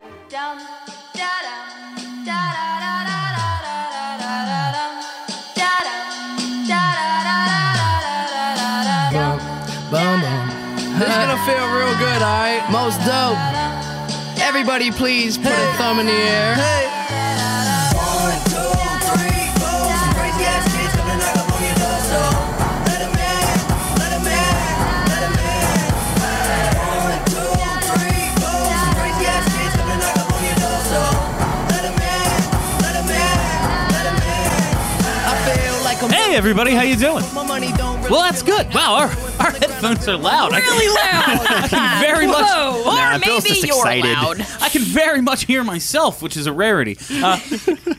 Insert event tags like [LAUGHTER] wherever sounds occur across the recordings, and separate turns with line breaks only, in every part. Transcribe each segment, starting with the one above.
Dum da dum da da da da da da da da da dum da dum da da da da da da da da dum
Boom, boom. This is gonna feel real good, alright? Most dope. Everybody, please put a thumb in the air.
Hey everybody, how you doing? Well,
Well,
that's good. Wow, our, our headphones are loud. I can-
really
[LAUGHS]
loud.
I can very much.
Whoa. Or
Nah, Bill's
maybe
just
you're
excited.
loud.
I can very much hear myself, which is a rarity.
[LAUGHS]
Uh,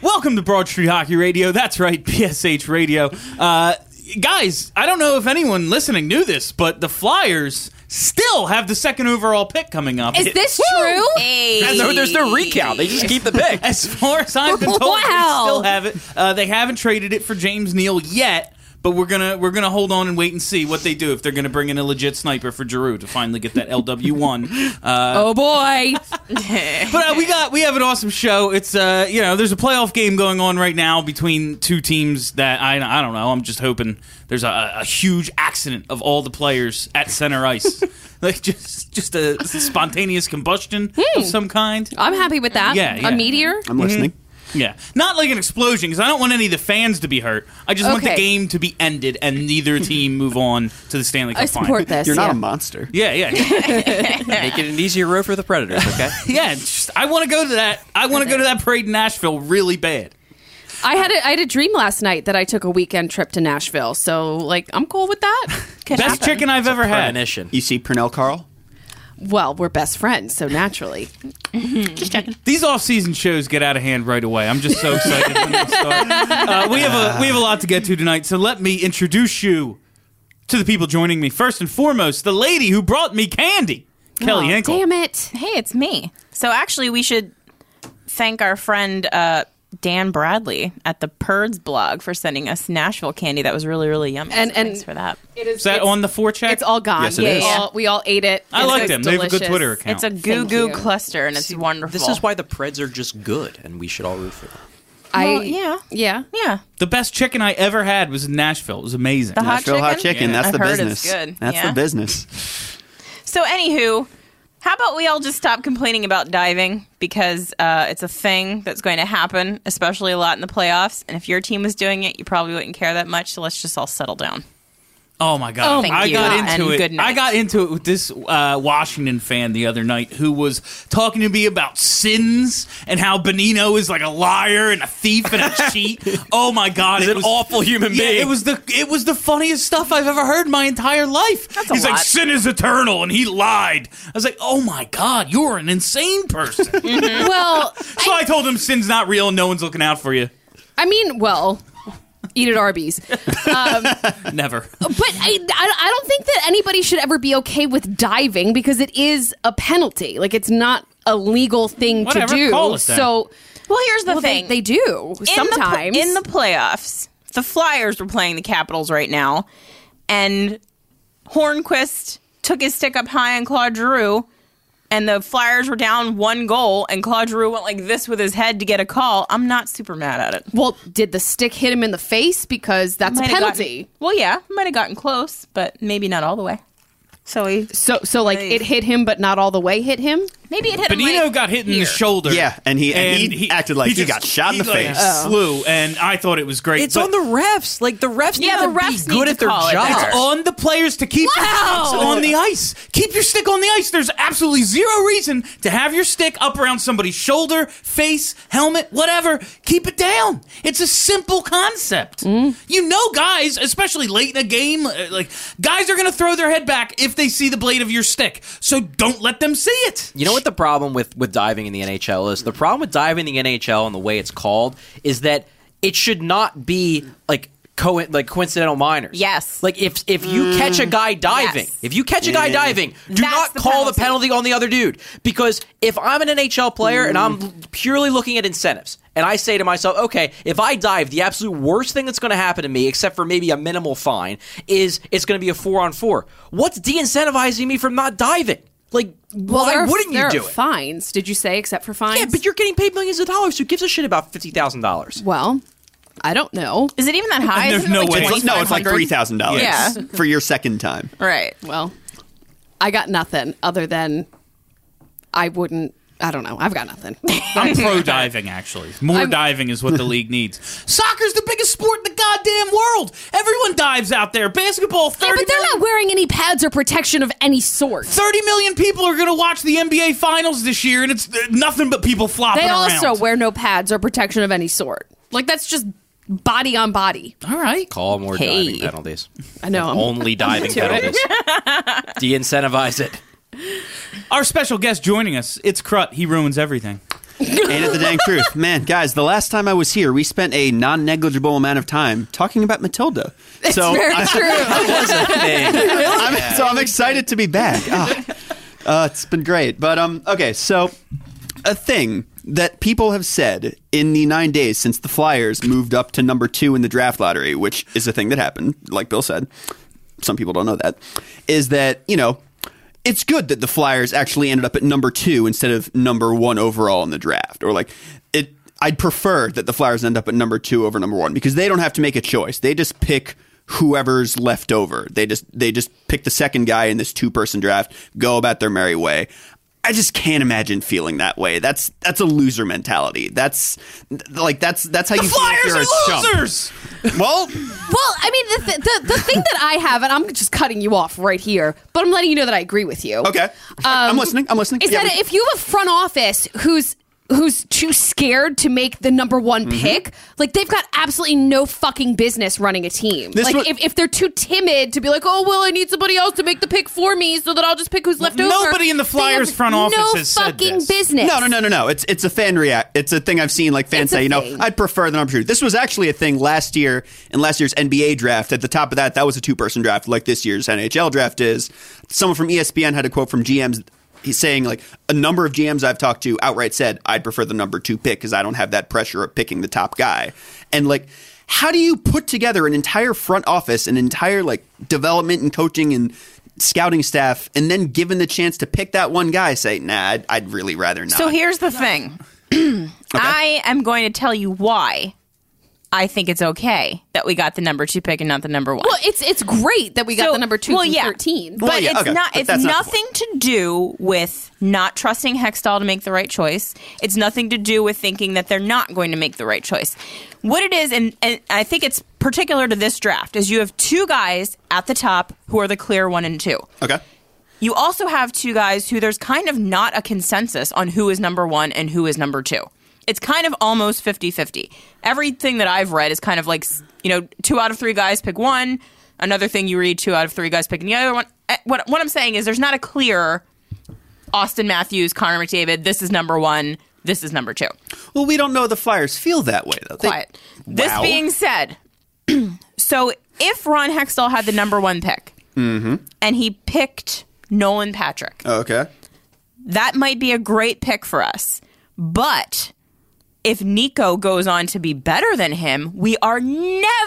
welcome to Broad Street Hockey Radio. That's right, PSH Radio. Uh, guys, I don't know if anyone listening knew this, but the Flyers still have the second overall pick coming up.
Is this true? Hey.
No, there's no recount. They just keep the pick.
[LAUGHS] As far as I've been told,
Wow.
they still have it. Uh, they haven't traded it for James Neal yet, but we're gonna we're gonna hold on and wait and see what they do if they're gonna bring in a legit sniper for Giroux to finally get that LW one. Uh,
Oh boy.
but uh, we got we have an awesome show. It's uh you know there's a playoff game going on right now between two teams that I I don't know. I'm just hoping there's a, a huge accident of all the players at center ice, [LAUGHS] like just just a spontaneous combustion of some kind.
I'm happy with that.
Yeah, yeah.
A meteor.
I'm listening.
Yeah, not like an explosion because I don't want any of the fans to be hurt. I just want the
Okay.
game to be ended and neither
[LAUGHS]
team move on to the Stanley Cup
I
final.
support this.
You're not
yeah.
a monster.
Yeah, yeah,
[LAUGHS]
Make it an easier row for the Predators, okay?
[LAUGHS] yeah. it's Just, I want to go to that. I want to go to that parade in Nashville really bad.
I had a, I had a dream last night that I took a weekend trip to Nashville. So like I'm cool
[LAUGHS]
with that. Can
Best
happen.
chicken I've ever had.
Premonition.
You see Pernell Carl?
Well, we're best friends, so naturally.
[LAUGHS] These off-season shows get out of hand right away. I'm just
[LAUGHS]
so excited. when they start. Uh, we have a we have a lot to get to tonight, so let me introduce you to the people joining me. First and foremost, the lady who brought me candy, Kelly
oh,
Ankle.
Damn it.
Hey, it's me. So actually, we should thank our friend uh, Dan Bradley at the Purds blog for sending us Nashville candy that was really, really yummy.
And-
So
and-
thanks for that.
It is,
Is that on the four check?
It's all gone.
Yes, it
we,
is.
All, we all ate it.
I
It's
liked them. They have a good
delicious.
Twitter account.
It's a goo
Thank
goo
you.
cluster, and it's wonderful.
This is why the Preds are just good, and we should all root for them.
I
Well, Oh, yeah,
yeah.
yeah.
The best chicken I ever had was in Nashville. It was amazing.
The hot
Nashville
chicken.
hot chicken. That's
I've
the
heard
business.
it's good.
That's
Yeah.
the business.
So, anywho, how about we all just stop complaining about diving because uh, it's a thing that's going to happen, especially a lot in the playoffs. And if your team was doing it, you probably wouldn't care that much. So let's just all settle down.
oh my god!
Thank
I
you,
got
and
into
good
it.
night.
I got into it with this uh, Washington fan the other night who was talking to me about sins and how Benino is like a liar and a thief and a cheat. oh my god!
He's
it
an
was,
awful human
Yeah,
being.
it was the it was the funniest stuff I've ever heard in my entire life.
a
He's like
lot.
sin is eternal and he lied. I was like, oh my god, you're an insane person. so
[LAUGHS] Well,
I told him sin's not real and no one's looking out for you.
I mean, well, eat at Arby's.
Never.
But I, I, I don't think that anybody should ever be okay with diving because it is a penalty. Like it's not a legal thing
Whatever,
to do.
call it then.
so
Well, here's the
well, they,
thing.
they do
in the pl-
sometimes.
in the playoffs, the Flyers were playing the Capitals right now, and Hornquist took his stick up high on Claude Giroux, and the Flyers were down one goal, and Claude Giroux went like this with his head to get a call. I'm not super mad at it.
well, did the stick hit him in the face because that's a
Might have
penalty?
gotten- well, yeah, might have gotten close, but maybe not all the way. So he
so so like it hit him, but not all the way hit him.
maybe it hit him.
Benito
like,
got hit in
here.
the shoulder.
[LAUGHS] Yeah, and he- and he acted like he got shot in
he,
the
like,
face.
Slew, and I thought it was great.
It's
but
on the refs. Like, the refs
Yeah,
need
the
to
refs
be
need
good
to
at their
call it
job.
better.
It's on the players to keep your
Wow!
sticks on the ice. Keep your stick on the ice. There's absolutely zero reason to have your stick up around somebody's shoulder, face, helmet, whatever. Keep it down. It's a simple concept. You know, guys, especially late in a game, uh, like guys are going to throw their head back if they see the blade of your stick. So don't let them see it.
You know what the problem with with diving in the NHL is? The problem with diving in the NHL and the way it's called is that it should not be like co- like coincidental minors.
Yes.
Like if if you catch a
Mm.
guy diving,
Yes.
if you catch a guy diving, do
That's
not
the
call the
penalty.
penalty on the other dude because if I'm an NHL player and I'm l-
Mm.
purely looking at incentives. And I say to myself, okay, if I dive, the absolute worst thing that's going to happen to me, except for maybe a minimal fine, is it's going to be a four on four. What's de incentivizing me from not diving? Like,
Well,
why
there are,
wouldn't
there
you do
are
it?
Fines? Did you say except for fines?
Yeah, but you're getting paid millions of dollars. Who gives a shit about fifty thousand dollars?
well, I don't know.
Is it even that high?
There's
Isn't it
no
like
way.
It's, no, it's like
2500?
three thousand dollars
Yeah.
for your second time.
Right.
Well, I got nothing other than I wouldn't. I don't know. I've got nothing.
I'm pro diving, actually. More
I'm-
diving is what the league needs. Soccer's the biggest sport in the goddamn world. Everyone dives out there. Basketball,
yeah,
30
but they're not wearing any pads or protection of any sort.
30 million people are going to watch the NBA Finals this year, and it's uh, nothing but people flopping
They
around.
also wear no pads or protection of any sort. Like that's just body on body.
All right.
Call more
Hey.
diving penalties.
I know. [LAUGHS] I'm,
Only diving penalties.
[LAUGHS]
de incentivize it.
Our special guest joining us, it's Crut. He ruins everything.
Ain't it the dang
[LAUGHS]
truth, man, guys? The last time I was here, we spent a non-negligible amount of time talking about Matilda. so
very
I-
true.
I'm, so I'm excited to be back. Ah. Uh, it's been great. But um, okay, so a thing that people have said in the nine days since the Flyers moved up to number two in the draft lottery, which is a thing that happened, like Bill said. Some people don't know that. Is that you know. It's good that the Flyers actually ended up at number two instead of number one overall in the draft, or like it. I'd prefer that the Flyers end up at number two over number one because they don't have to make a choice. They just pick whoever's left over. They just they just pick the second guy in this two person draft, go about their merry way. I just can't imagine feeling that way. That's that's a loser mentality. That's like that's that's how you feel
Flyers
if you're
are
a
losers.
chump. Well,
well, I mean, the, th- the the thing that I have, and I'm just cutting you off right here, but I'm letting you know that I agree with you.
okay. I'm listening. I'm listening.
Is
Yeah,
that
we-
if you have a front office who's who's too scared to make the number one pick, like they've got absolutely no fucking business running a team.
This
like
was-
if, if they're too timid to be like, oh well, I need somebody else to make the pick for me, so that I'll just pick who's left over.
nobody in the
They
Flyers
have
front office
no
has said
fucking
this.
business.
No, no, no, no, no. It's it's a fan react. It's a thing I've seen. Like fans
It's a
say, you know,
thing.
I'd prefer the number two. This was actually a thing last year in last year's NBA draft. At the top of that, that was a two-person draft, like this year's NHL draft is. Someone from E ESPN had a quote from GMs. He's saying like a number of GMs I've talked to outright said I'd prefer the number two pick because I don't have that pressure of picking the top guy. And like, how do you put together an entire front office, an entire like development and coaching and scouting staff, and then given the chance to pick that one guy, say, nah, I'd, I'd really rather not.
So here's the thing. [CLEARS THROAT] I am going to tell you why I think it's okay that we got the number two pick and not the number one.
Well, it's it's great that we got
So-
the number two
well,
from
yeah.
thirteen.
but
yeah,
it's
okay,
not.
but
It's
that's not the
nothing to do with not trusting Hextall to make the right choice. It's nothing to do with thinking that they're not going to make the right choice. What it is, and, and I think it's particular to this draft, is you have two guys at the top who are the clear one and two.
Okay.
You also have two guys who there's kind of not a consensus on who is number one and who is number two. It's kind of almost 50 50. Everything that I've read is kind of like, you know, two out of three guys pick one. Another thing you read, two out of three guys picking the other one. Eh, What, what I'm saying is there's not a clear Austin Matthews, Connor McDavid, this is number one, this is number two.
Well, we don't know the Flyers feel that way though. They-
But this
Wow.
being said, [CLEARS THROAT] so if Ron Hextall had the number one pick and he picked Nolan Patrick.
okay.
that might be a great pick for us. But if Nico goes on to be better than him, we are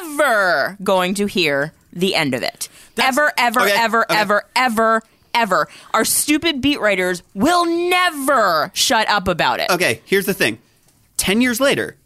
never going to hear the end of it. ever, ever,
Okay,
ever,
okay.
ever, ever, ever. Our stupid beat writers will never shut up about it.
Okay. Here's the thing. Ten years later,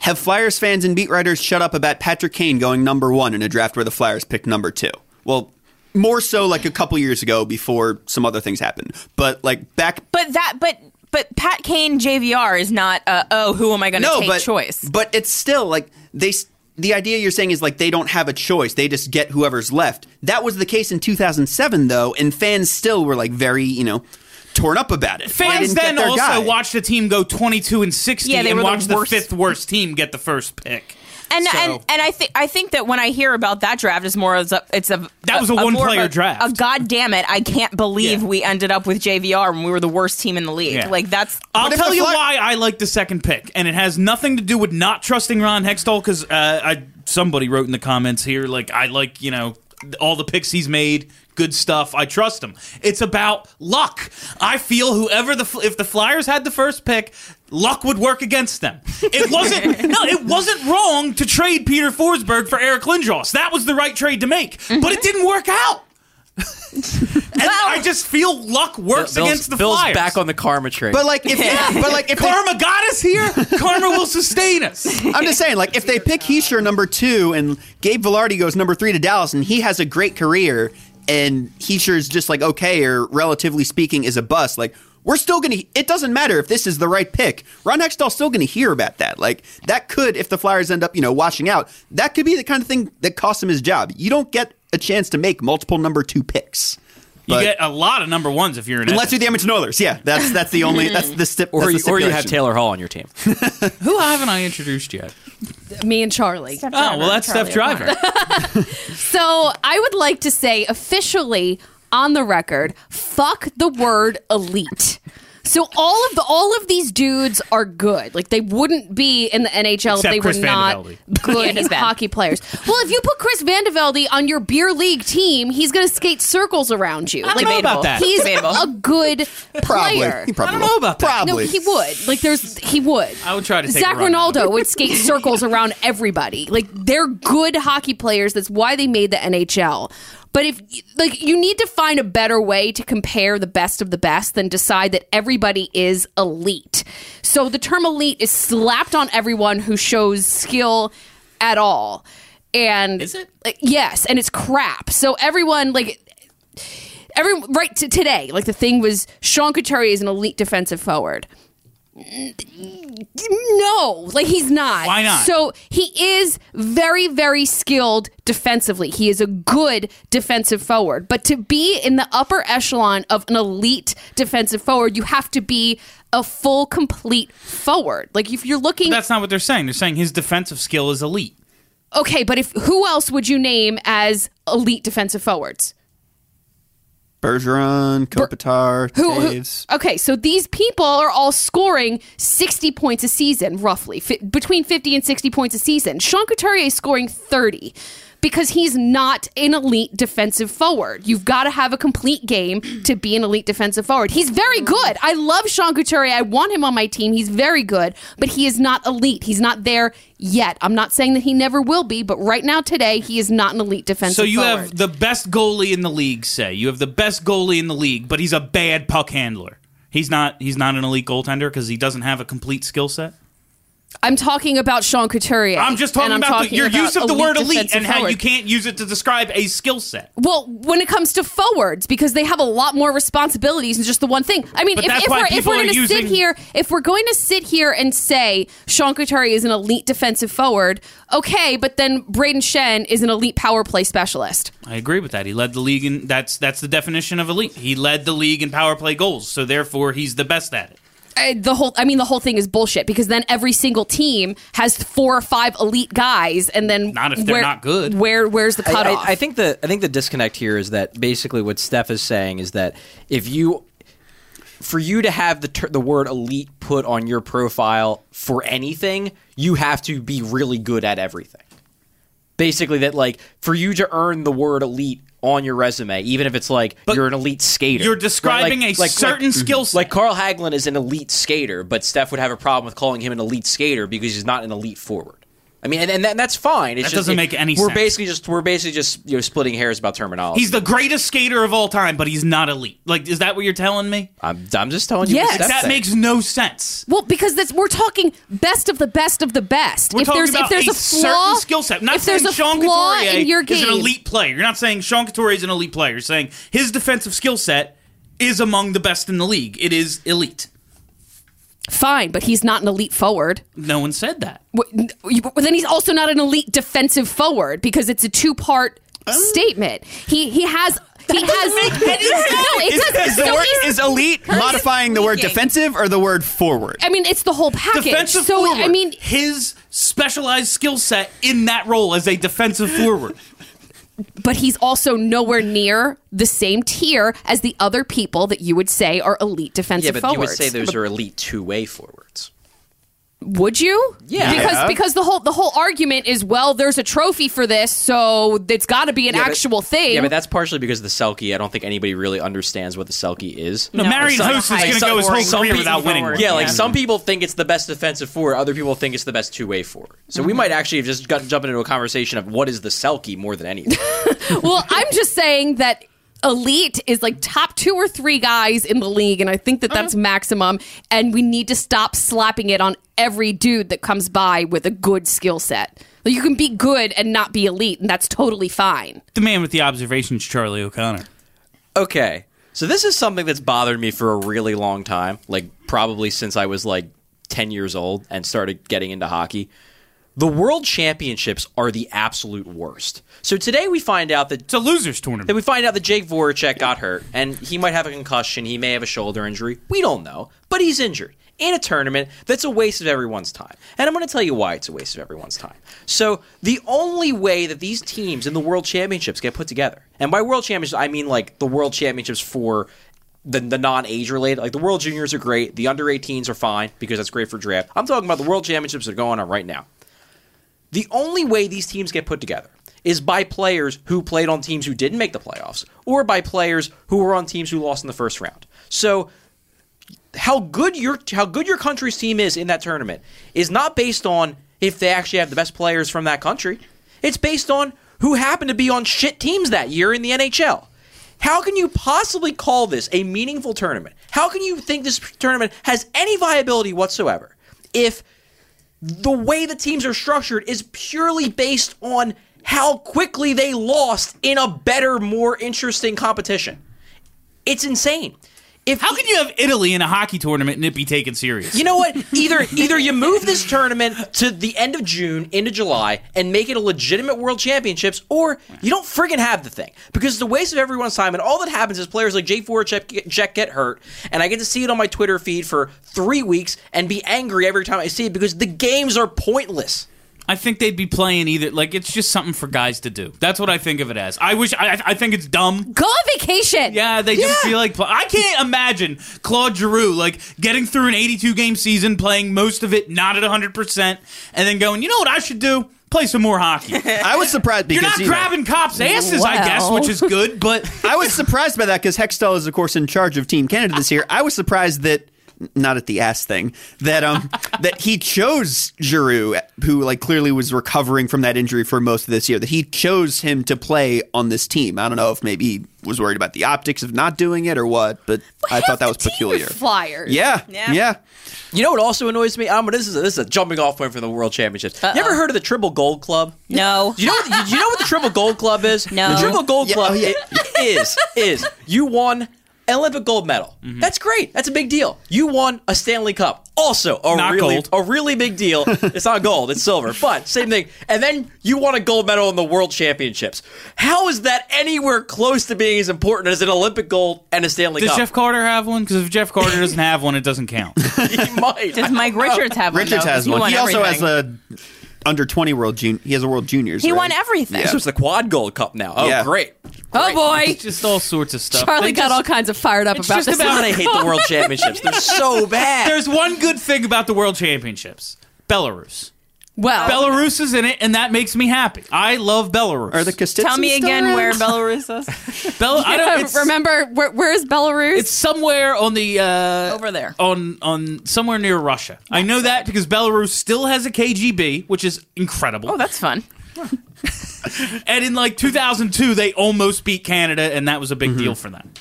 have Flyers fans and beat writers shut up about Patrick Kane going number one in a draft where the Flyers picked number two? Well, more so like a couple years ago before some other things happened. But like back
But that, but. But Pat Kane JVR is not a oh who am I going to
no,
take
but
choice.
But it's still like they. s- The idea you're saying is like they don't have a choice; they just get whoever's left. That was the case in 2007, though, and fans still were like very, you know, torn up about it. They
Fans
didn't get
then
their
also
guy.
watched a team go 22 and 60
Yeah, they
and
were the
watched the
worst.
fifth worst team get the first pick.
and
So-
and and I think I think that when I hear about that draft, it's more as a it's a
That was a
more
one-player
of a-
draft.
A god damn it! I can't believe
Yeah.
we ended up with JVR when we were the worst team in the league.
Yeah.
Like that's
I'll
if
tell
the
you
Fly-
why I like the second pick, and it has nothing to do with not trusting Ron Hextall. Because uh, I somebody wrote in the comments here, like I like you know all the picks he's made, good stuff. I trust him. It's about luck. I feel whoever the Fl- if the Flyers had the first pick, luck would work against them. It wasn't no, it wasn't wrong to trade Peter Forsberg for Eric Lindros. That was the right trade to make, but it didn't work out. and I just feel luck works
Bill's,
against the
Bill's
Flyers.
back on the karma train.
But like
[LAUGHS]
if but like if they-
Karma got us here. Karma will sustain us.
I'm just saying, like, if they pick Heisher number two and Gabe Velarde goes number three to Dallas and he has a great career and Heisher's just like okay or relatively speaking is a bust, like we're still gonna it doesn't matter if this is the right pick. Ron Hextall's still gonna hear about that. Like that could, if the Flyers end up, you know, washing out, that could be the kind of thing that costs him his job. You don't get a chance to make multiple number two picks.
You
But-
get a lot of number ones if you're an.
Unless you're the Edmonton Oilers, yeah, that's that's the only that's the stip.
or, you,
that's the
or you have
stipulation.
Taylor Hall on your team.
Who haven't I introduced yet?
Me and Charlie.
Oh well, that's Steph Driver.
So I would like to say officially on the record, fuck the word elite. So all of the all of these dudes are good. Like they wouldn't be in the NHL
Except
if they
Chris
were not
Vandevelde.
[LAUGHS] good
Yeah, he's bad.
hockey players. Well, if you put Chris Vandevelde on your beer league team, he's going to skate circles around you.
don't know about that.
He's
Debatable.
a good
Probably.
player.
He probably
I don't know about that.
No,
Probably.
he would. Like there's he would.
I would try to take
Zach
a run at
Ronaldo
[LAUGHS]
would skate circles around everybody. Like they're good hockey players. That's why they made the NHL. But if like you need to find a better way to compare the best of the best than decide that everybody is elite. So the term elite is slapped on everyone who shows skill at all. And
Is it?
like, yes, and it's crap. So everyone like every right to today, like the thing was Sean Couturier is an elite defensive forward. No, like he's not.
Why not?
So he is very, very skilled defensively. He is a good defensive forward. But to be in the upper echelon of an elite defensive forward, you have to be a full, complete forward. Like if you're looking
That's not what they're saying. They're saying his defensive skill is elite.
Okay, but if who else would you name as elite defensive forwards?
Bergeron, Kopitar,
Who, who-
Taves.
okay, so these people are all scoring 60 points a season, roughly, fi- between 50 and 60 points a season. Sean Couturier is scoring 30 because he's not an elite defensive forward. You've got to have a complete game to be an elite defensive forward. He's very
Mm.
good. I love Sean Couturier. I want him on my team. He's very good, but he is not elite. He's not there yet. I'm not saying that he never will be, but right now today he is not an elite defensive
So you
forward.
have the best goalie in the league. Say you have the best goalie in the league, but he's a bad puck handler. He's not. He's not an elite goaltender because he doesn't have a complete skill set.
I'm talking about Sean Couturier.
I'm just talking
and I'm
about the, your
about
use of the word elite
defensive
and how you
forward.
can't use it to describe a skill set.
Well, when it comes to forwards, because they have a lot more responsibilities than just the one thing. I mean,
But
if,
that's
if
why
we're if
people
we're
are
going to sit
using-
here, if we're going to sit here and say Sean Couturier is an elite defensive forward, okay, but then Braden Shen is an elite power play specialist.
I agree with that. He led the league in that's that's the definition of elite. He led the league in power play goals, so therefore he's the best at it.
I, Uh, the whole, I mean, the whole thing is bullshit because then every single team has four or five elite guys, and then
Not if they're
where-
not good.
Where where's the
I-
cutoff?
I, I think the I think the disconnect here is that basically what Steph is saying is that if you for you to have the ter- the word elite put on your profile for anything, you have to be really good at everything. Basically, that like for you to earn the word elite on your resume, even if it's like you're an elite skater,
You're
right? Like- mm-hmm.
describing a certain skill set.
Like Carl Hagelin is an elite skater, but Steph would have a problem with calling him an elite skater because he's not an elite forward. I mean, and, and, that, and that's fine. It's
That
just,
doesn't make any
we're
sense.
basically just we're basically just you know splitting hairs about terminology.
He's the greatest skater of all time, but he's not elite. Like, is that what you're telling me?
I'm, I'm just telling you.
Yes.
what Steph
that
said.
makes no sense.
Well, because that's we're talking best of the best of the best.
We're
if
talking
there's
about
if there's
a,
a, flaw,
certain skill set. Not
if there's
saying
a
Sean
flaw
Couturier
in your game,
is an elite player. You're not saying Sean Couturier is an elite player. You're saying his defensive skill set is among the best in the league. It is elite.
fine, but he's not an elite forward.
No one said that.
Wh- n- you- But then he's
Oh.
also not an elite defensive forward because it's a two part statement. He he has He has [LAUGHS] no. It does.
Is the
so
word
he's-
is elite modifying the word
speaking.
defensive or the word forward?
I mean, it's the whole package.
defensive
so
forward.
I mean,
his specialized skill set in that role as a defensive forward.
but he's also nowhere near the same tier as the other people that you would say are elite defensive
Yeah, but
forwards.
you would say those are elite two-way forwards.
Would you?
Yeah.
Because
Yeah.
because the whole the whole argument is well, there's a trophy for this, so it's got to be an
Yeah, but-
actual thing.
Yeah, but that's partially because the Selkie. I don't think anybody really understands what the Selkie is.
No, Marion Host is
high-
going to go his
boring
whole career
beating
without winning.
forward.
one.
Yeah, like some people think it's the best defensive forward, other people think it's the best two-way forward. So
Mm-hmm.
we might actually have just got jumping into a conversation of what is the Selkie more than anything.
well, I'm just saying that elite is like top two or three guys in the league, and I think that
Uh-huh.
that's maximum. And we need to stop slapping it on every dude that comes by with a good skill set. Like, you can be good and not be elite, and that's totally fine.
[LAUGHS] The man with the observations, Charlie O'Connor.
okay, so this is something that's bothered me for a really long time, like probably since I was like ten years old and started getting into hockey. The World Championships are the absolute worst. So today we find out that
It's a losers tournament.
Then we find out that Jake Voracek got hurt, and he might have a concussion. He may have a shoulder injury. We don't know, but he's injured in a tournament that's a waste of everyone's time. And I'm going to tell you why it's a waste of everyone's time. So the only way that these teams in the World Championships get put together, and by World Championships I mean like the World Championships for the, the non-age related like the world juniors are great the under 18s are fine because that's great for draft i'm talking about the world championships that are going on right now the only way these teams get put together is by players who played on teams who didn't make the playoffs or by players who were on teams who lost in the first round. So how good your how good your country's team is in that tournament is not based on if they actually have the best players from that country. It's based on who happened to be on shit teams that year in the NHL. How can you possibly call this a meaningful tournament? How can you think this tournament has any viability whatsoever if the way the teams are structured is purely based on how quickly they lost in a better, more interesting competition. It's insane. If
How can you have Italy in a hockey tournament and it be taken serious?
you know what? Either either you move this tournament to the end of June into July and make it a legitimate World Championships, or you don't friggin' have the thing because it's a waste of everyone's time. And all that happens is players like Jay Voracek get, Jack get hurt, and I get to see it on my Twitter feed for three weeks and be angry every time I see it because the games are pointless.
I think they'd be playing either. Like it's just something for guys to do. That's what I think of it as. I wish. I, I think it's dumb.
Go on vacation.
Yeah, they just feel like pl- I can't imagine Claude Giroux like getting through an 82 game season, playing most of it not at 100, percent and then going, you know what I should do? Play some more
[LAUGHS]
hockey.
I was surprised because
You're not
you know,
grabbing cops' asses, I guess,
Well.
which is good,
[LAUGHS]
but
I was surprised by that because Hextall is, of course, in charge of Team Canada this year. I was surprised that not at the ass thing that um that he chose Giroux, who like clearly was recovering from that injury for most of this year. That he chose him to play on this team. I don't know if maybe he was worried about the optics of not doing it or what, but I thought that was peculiar.
Flyers.
Yeah,
Yeah.
yeah,
You know what also annoys me? Um, this is a, this is a jumping off point for the World Championships. You ever heard of the Triple Gold Club?
No.
You know, you know what the Triple Gold Club is?
No.
The Triple Gold
Yeah,
Club
oh, yeah.
i- is is you won an Olympic gold medal. That's great. That's a big deal. You won a Stanley Cup. Also, a
Not
really
gold.
a really big deal. It's not gold, it's silver. But same thing. And then you won a gold medal in the World Championships. How is that anywhere close to being as important as an Olympic gold and a Stanley
does
uh,
Cup? [LAUGHS]
Jeff Carter have one? Because if Jeff Carter doesn't have one, it doesn't
[LAUGHS]
count.
he might.
Does Mike Richards have one?
Richards
though?
has
He
one.
won
He also has
everything.
a under twenty world junior. He has a world juniors.
He
right?
won everything.
So it's the Quad Gold Cup now. Oh,
Yeah.
great.
Oh boy.
It's just all sorts of stuff.
Charlie
They
got
just-
all kinds of fired up
It's
about
just
this.
about
God, I hate the World Championships. They're so bad.
There's one good thing about the World Championships: Belarus.
well,
Belarus is in it, and that makes me happy. I love Belarus.
Are the Kostitsyn
Tell me
still
again
around?
where Belarus is. [LAUGHS]
Bel- I
[LAUGHS]
don't it's,
remember where, where is Belarus?
It's somewhere on the uh,
Over there.
on on somewhere near Russia. I know that because Belarus still has a KGB, which is incredible.
Oh, that's fun.
and in like 2002, they almost beat Canada, and that was a big deal for them.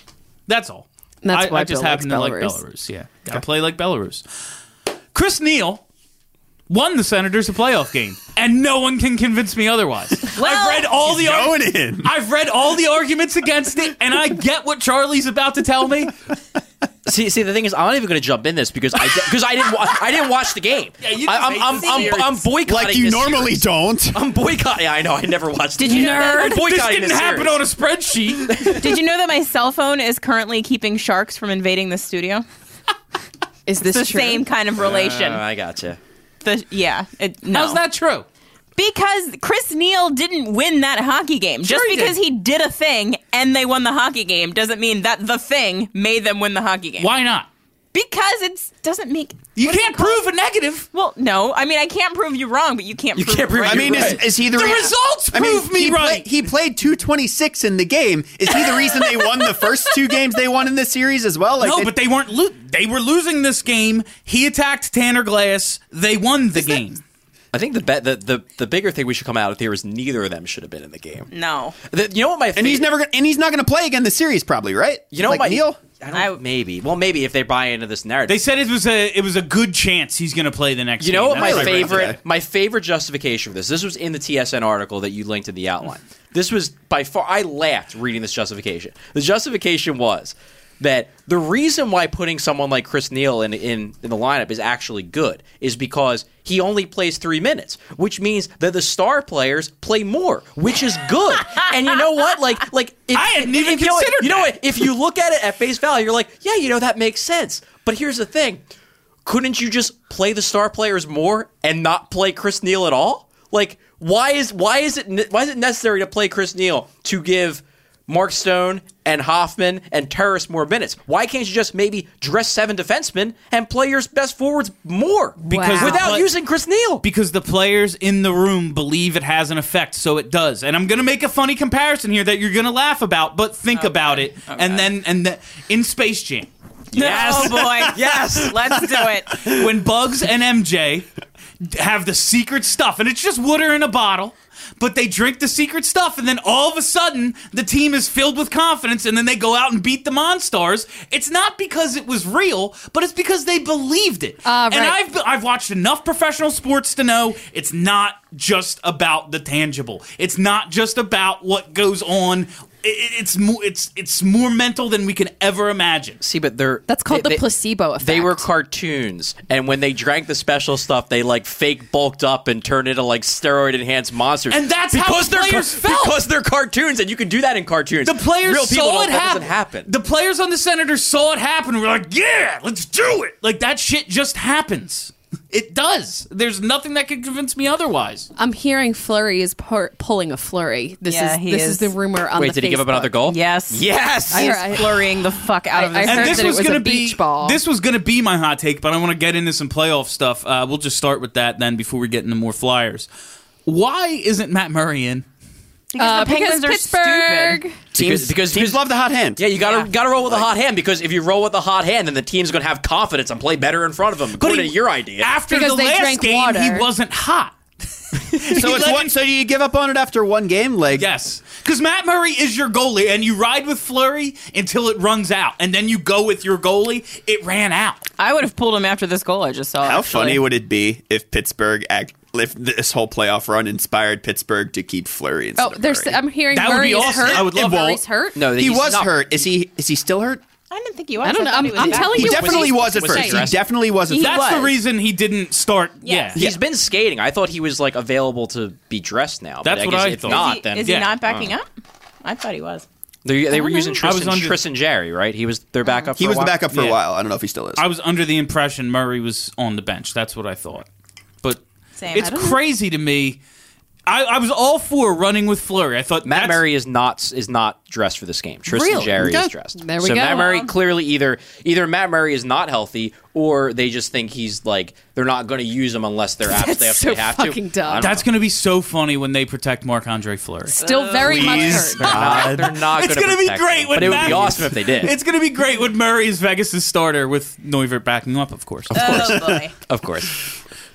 That's all.
That's
I,
why
I just
Bill
happen to
likes
like Belarus. Yeah, gotta play like Belarus. Chris Neal won the Senators a playoff game, and no one can convince me
[LAUGHS]
otherwise. I've read all the ar-
Going in.
[LAUGHS]
I've read all the arguments against it, and I get what Charlie's about to tell me.
See, see, the thing is, I'm not even going to jump in this because I because I didn't wa- I didn't watch the game. Yeah,
you
I, I'm,
just
I'm,
hate
I'm,
the
I'm
series.
boycotting.
like you
this
normally
series.
don't.
I'm boycotting. Yeah, I know. I never watched. Did you I'm
this
boycotting
didn't
this
happen
series.
on a spreadsheet.
Did you know that my cell phone is currently keeping sharks from invading the studio?
Is this
The
true?
same kind of relation.
Oh, I gotcha.
The- yeah. it- no.
How's that true?
Because Chris Neal didn't win that hockey game. Just
Sure he
because
did.
he did a thing and they won the hockey game doesn't mean that the thing made them win the hockey game.
Why not?
Because it doesn't make.
You can't prove a negative.
Well, no. I mean, I can't prove you wrong, but you can't.
You
prove
can't
[LAUGHS]
prove
Right.
I mean,
You're
is, is he the,
The
rea-
results
I mean,
prove me
he play-
right.
he played 226 in the game. Is he the reason they won the first two games they won in this series as well? Like
no, but they weren't. Lo- they were losing this game. He attacked Tanner Glass. They won the game.
I think the, bet the the the bigger thing we should come out with here is neither of them should have been in the game.
No.
The- you know what my
and he's never gonna, and he's not going to play again this series probably, right?
you know
like
what my
Neil.
I don't,
I-
maybe well maybe if they buy into this narrative.
They said it was a it was a good chance he's going to play the next.
You know
game.
what my
That's what I read.
favorite
Okay.
my favorite justification for this. This was in the TSN article that you linked in the outline. This was by far I laughed reading this justification. The justification was that the reason why putting someone like Chris Neal in, in in the lineup is actually good is because he only plays three minutes, which means that the star players play more, which is good. and you know what? Like like if,
I hadn't even
if you know what-
considered
You know
that.
what? If you look at it at face value, you're like, yeah, you know that makes sense. But here's the thing couldn't you just play the star players more and not play Chris Neal at all? Like, why is why is it ne- why is it necessary to play Chris Neal to give Mark Stone and Hoffman and Terrace more minutes? Why can't you just maybe dress seven defensemen and play your best forwards more
Because Wow.
without
But-
using Chris Neal?
because the players in the room believe it has an effect, so it does. And I'm going to make a funny comparison here that you're going to laugh about, but think about it, and then and then in Space Jam.
Oh
[LAUGHS]
[LAUGHS] boy. yes. Let's do it.
when Bugs and MJ have the secret stuff, and it's just water in a bottle. But they drink the secret stuff, and then all of a sudden, the team is filled with confidence, and then they go out and beat the Monstars. It's not because it was real, but it's because they believed it.
Ah,
And
right.
I've I've watched enough professional sports to know it's not just about the tangible. It's not just about what goes on. I- I- It's more it's it's more mental than we can ever imagine.
See, but they're
That's called the
they- they-
placebo effect.
They were cartoons, and when they drank the special stuff, they like fake bulked up and turned into like steroid enhanced monsters.
And that's how
they're car-
players felt.
Because they're cartoons, and you can do that in cartoons.
The players
Real people
saw
don't-
it
that
happen.
doesn't happen.
The players on the Senators saw it happen. and We're like, yeah, let's do it. Like that shit just happens. It does. There's nothing that can convince me otherwise.
I'm hearing Flurry is par- pulling a Flurry. This
Yeah,
is
he
this is.
is.
the rumor on
Wait,
the
did he give up another
Facebook.
goal?
Yes.
Yes.
I-
He's
Alright.
flurrying the fuck out of
I- I
this.
heard
And this
that it
was
was a
gonna be
beach ball.
this was gonna be my hot take, but I want to get into some playoff stuff. Uh, we'll just start with that then before we get into more Flyers. Why isn't Matt Murray in?
Uh,
the Penguins
because
are
Pittsburgh.
stupid.
Because, because,
Teams
because
love the hot hand.
yeah, you gotta gotta roll with a hot hand because if you roll with a hot hand, then the team's gonna have confidence and play better in front of them. According to your idea,
After
Because
the
they
last
drank
game,
water.
he wasn't
[LAUGHS]
hot.
so it's one, so you give up on it after one game, like
Yes, because Matt Murray is your goalie, and you ride with Flurry until it runs out, and then you go with your goalie. It ran out.
I would have pulled him after this goal I just saw.
How
actually.
funny would it be if Pittsburgh act if this whole playoff run inspired Pittsburgh to keep Flurry instead
Oh,
of
there's.
Murray?
I'm hearing
That would
Murray
be
is
awesome.
hurt.
I would love
If
that.
Murray's hurt.
no,
he
he's
was
not-
hurt. Is he? Is he still hurt?
I didn't think he was.
I don't know. I'm-
thought Oh, he was
I'm
back.
telling
He
you-
definitely
was
was
he-
at
was he
first. He
dressed?
definitely was at
He
first.
That's the
was.
reason he didn't start.
Yes.
Yeah.
He's been skating. I thought he was like available to be dressed now. but
That's
I
what
guess
I
if
thought.
Not
Is he,
then.
is
Yeah. Oh.
he not backing up? I thought he was.
They, they were
Oh,
using
I was
Tristan,
under-
Tristan Jerry, right? He was their backup.
He
for
was the
a while?
backup for
Yeah.
a while. I don't know if he still is.
I was under the impression Murray was on the bench. That's what I thought. But
Same.
it's
I don't know.
crazy to me. I, I was all for running with Flurry. I thought
Matt
that's-
Murray is not is not dressed for this game. Tristan
Really?
Jerry
Okay.
is dressed.
There we
so
go.
Matt Murray clearly either either Matt Murray is not healthy or they just think he's like they're not going to use him unless they're
That's
absolutely
so
they have to.
fucking dumb.
I don't
That's
know.
going to be so funny when they protect Marc Andre Fleury.
Still very
Please,
much
God.
hurt.
they're not
It's
going
gonna
to
be great when
But it would
Matt-
be awesome if they did.
It's going to be great when Murray is Vegas' starter with Neuvert backing up, of course.
Oh boy.
of course.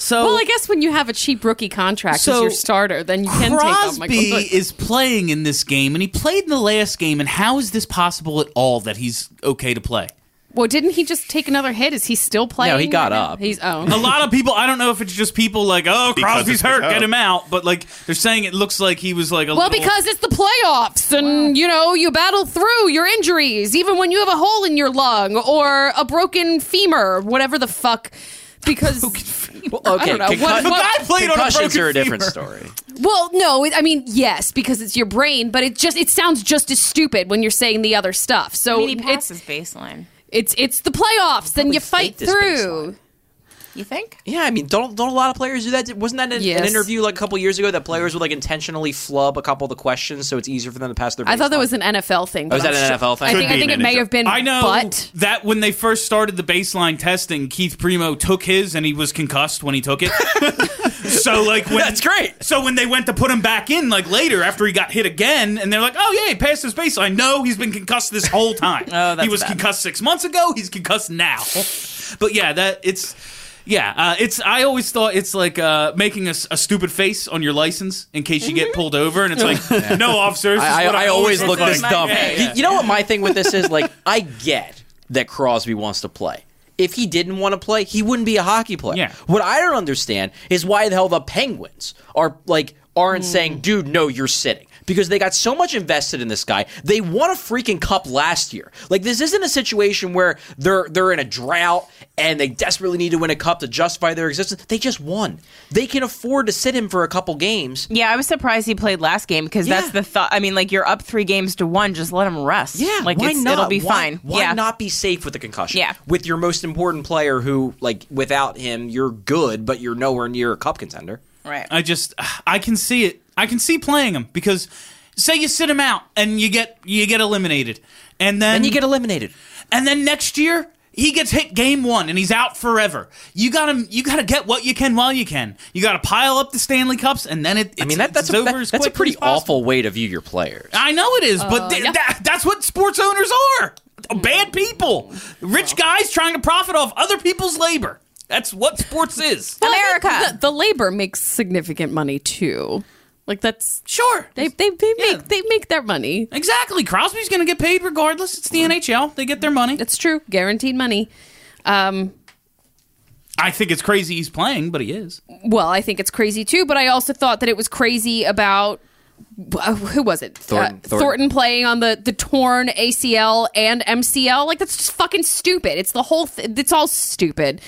So
Oh, Well, I guess when you have a cheap rookie contract as
So,
your starter, then you can
Crosby
take up Michael.
is playing in this game, and he played in the last game. And how is this possible at all that he's okay to play?
Well, didn't he just take another hit? Is he still playing?
he got
right now?
up.
He's oh.
a lot of people. I don't know if it's just people like, oh,
Because
Crosby's
it's the
hurt,
Cubs.
get him out. But like they're saying, it looks like he was like a
Well,
little-
because it's the playoffs, and you know you battle through your injuries, even when you have a hole in your lung or a broken femur, whatever the fuck. Because
Well, okay,
I don't know. What-
If a guy played on a
concussions
broken
are a different
femur.
story.
well, no, it, I mean yes, because it's your brain, but it just it sounds just as stupid when you're saying the other stuff. So
I mean, he
it's
passes baseline.
it's it's the playoffs, then you fight
faked his
through.
You think?
Yeah, I mean, don't don't a lot of players do that? Wasn't that an, an
Yes.
interview like a couple years ago that players would like intentionally flub a couple of the questions so it's easier for them to pass their?
I thought that
baseline?
was an NFL thing. but
was that
I'm
an
sure-
NFL thing?
I
Could
think, I
be
think
an
it may
NFL.
have been.
I know
but
that when they first started the baseline testing, Keith Primo took his and he was concussed when he took
[LAUGHS]
it. so like when,
[LAUGHS] That's great.
So when they went to put him back in, like later after he got hit again, and they're like, "Oh yeah, he passed his baseline." No, he's been concussed this whole time.
Oh, that's
he was
bad.
concussed six months ago. He's concussed now. [LAUGHS] but yeah, that it's. Yeah, uh, it's. I always thought it's like uh, making a, s- a stupid face on your license in case you get pulled over, and it's like, no, officer. this is
I,
what
I, I always look
like."
this dumb.
Yeah, yeah.
You, you know what my thing with this is? Like, [LAUGHS] I get that Crosby wants to play. If he didn't want to play, he wouldn't be a hockey player.
Yeah.
What I don't understand is why the hell the Penguins are like aren't saying, "Dude, no, you're sitting." Because they got so much invested in this guy, they won a freaking cup last year. Like this isn't a situation where they're they're in a drought and they desperately need to win a cup to justify their existence. They just won. They can afford to sit him for a couple games
Yeah, I was surprised he played last game because
Yeah.
that's the thought. I mean, like you're up three games to one, just let him rest.
Yeah,
like
why
it's,
not?
it'll be
Why-
fine.
Why
yeah,
not be safe with a concussion?
Yeah.
with your most important player, who like without him, you're good, but you're nowhere near a cup contender.
right.
I just I can see it. I can see playing him because say you sit him out and you get you get eliminated, and then
And you get eliminated.
and then next year he gets hit game one and he's out forever. You got to You got to get what you can while you can. You got to pile up the Stanley Cups and then it. It's,
I mean, that, that's
it's
a,
over
that-
as
that's a
quickly
pretty
as possible. Ah,
awful way to view your players.
I know it is, but th-
Uh, yeah.
that, that's what sports owners are. Bad people, rich guys trying to profit off other people's labor. That's what sports
[LAUGHS]
is.
America.
the, the labor makes significant money too. Like that's
Sure.
They they, they
Yeah.
make they make their money.
Exactly. Crosby's going to get paid regardless. It's the NHL. They get their money.
It's true, guaranteed money. Um,
I think it's crazy he's playing, but he is.
well, I think it's crazy too, but I also thought that it was crazy about uh, who was it?
Thornton.
Uh, Thornton playing on the the torn ACL and MCL. Like that's just fucking stupid. It's the whole. Th- it's all stupid.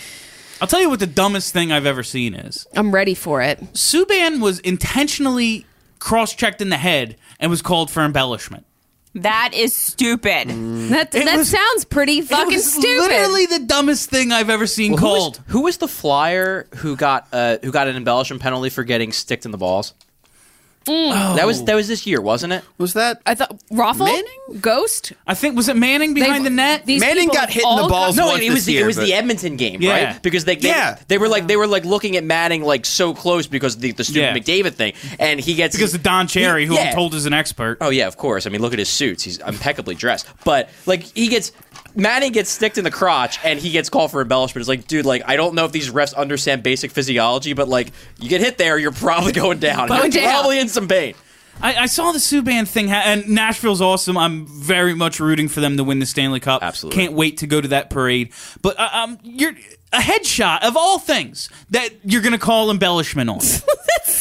I'll tell you what the dumbest thing I've ever seen is.
I'm ready for it.
Subban was intentionally cross-checked in the head and was called for embellishment.
that is stupid.
That that
Mm. was-
sounds pretty fucking
it was
stupid.
literally the dumbest thing I've ever seen
Who was-
called.
Who was the flyer who got uh, who got an embellishment penalty for getting sticked in the balls? That was that was this year, wasn't it?
Was that?
I thought Raffle
Manning?
Ghost
I think was it Manning behind
They've-
the net?
these
Manning
people
got
have
hit in
all
the balls
got-
No,
once
it was
this
the,
year,
it was
but-
the Edmonton game,
Yeah.
right? Because they, they
Yeah.
they were like they were like looking at Manning like so close because the the
Yeah.
Stupid McDavid thing, and he gets
because of Don Cherry, who
Yeah.
I'm told is an expert.
Oh yeah, of course. I mean, look at his suits. He's impeccably dressed. But like he gets Manning gets sticked in the crotch and he gets called for embellishment. It's like, dude, like I don't know if these refs understand basic physiology, but like you get hit there, you're probably [LAUGHS] going down.
Going
you're
down.
probably in some pain.
I, I saw the Subban thing, ha- and Nashville's awesome. I'm very much rooting for them to win the Stanley Cup.
Absolutely.
can't wait to go to that parade. But uh, um, you're a headshot of all things that you're going to call embellishment on.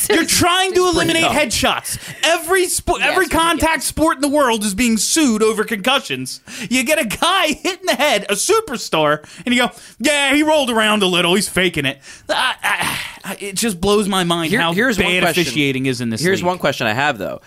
you're trying to eliminate
up.
headshots. Every sport, every contact sport in the world is being sued over concussions. You get a guy [LAUGHS] hit in the head, a superstar, and you go, "Yeah, he rolled around a little. He's faking it." I- I- I- it just blows my mind
Here-
how
here's one
bad
question.
officiating is in this.
Here's
league.
one question I have though.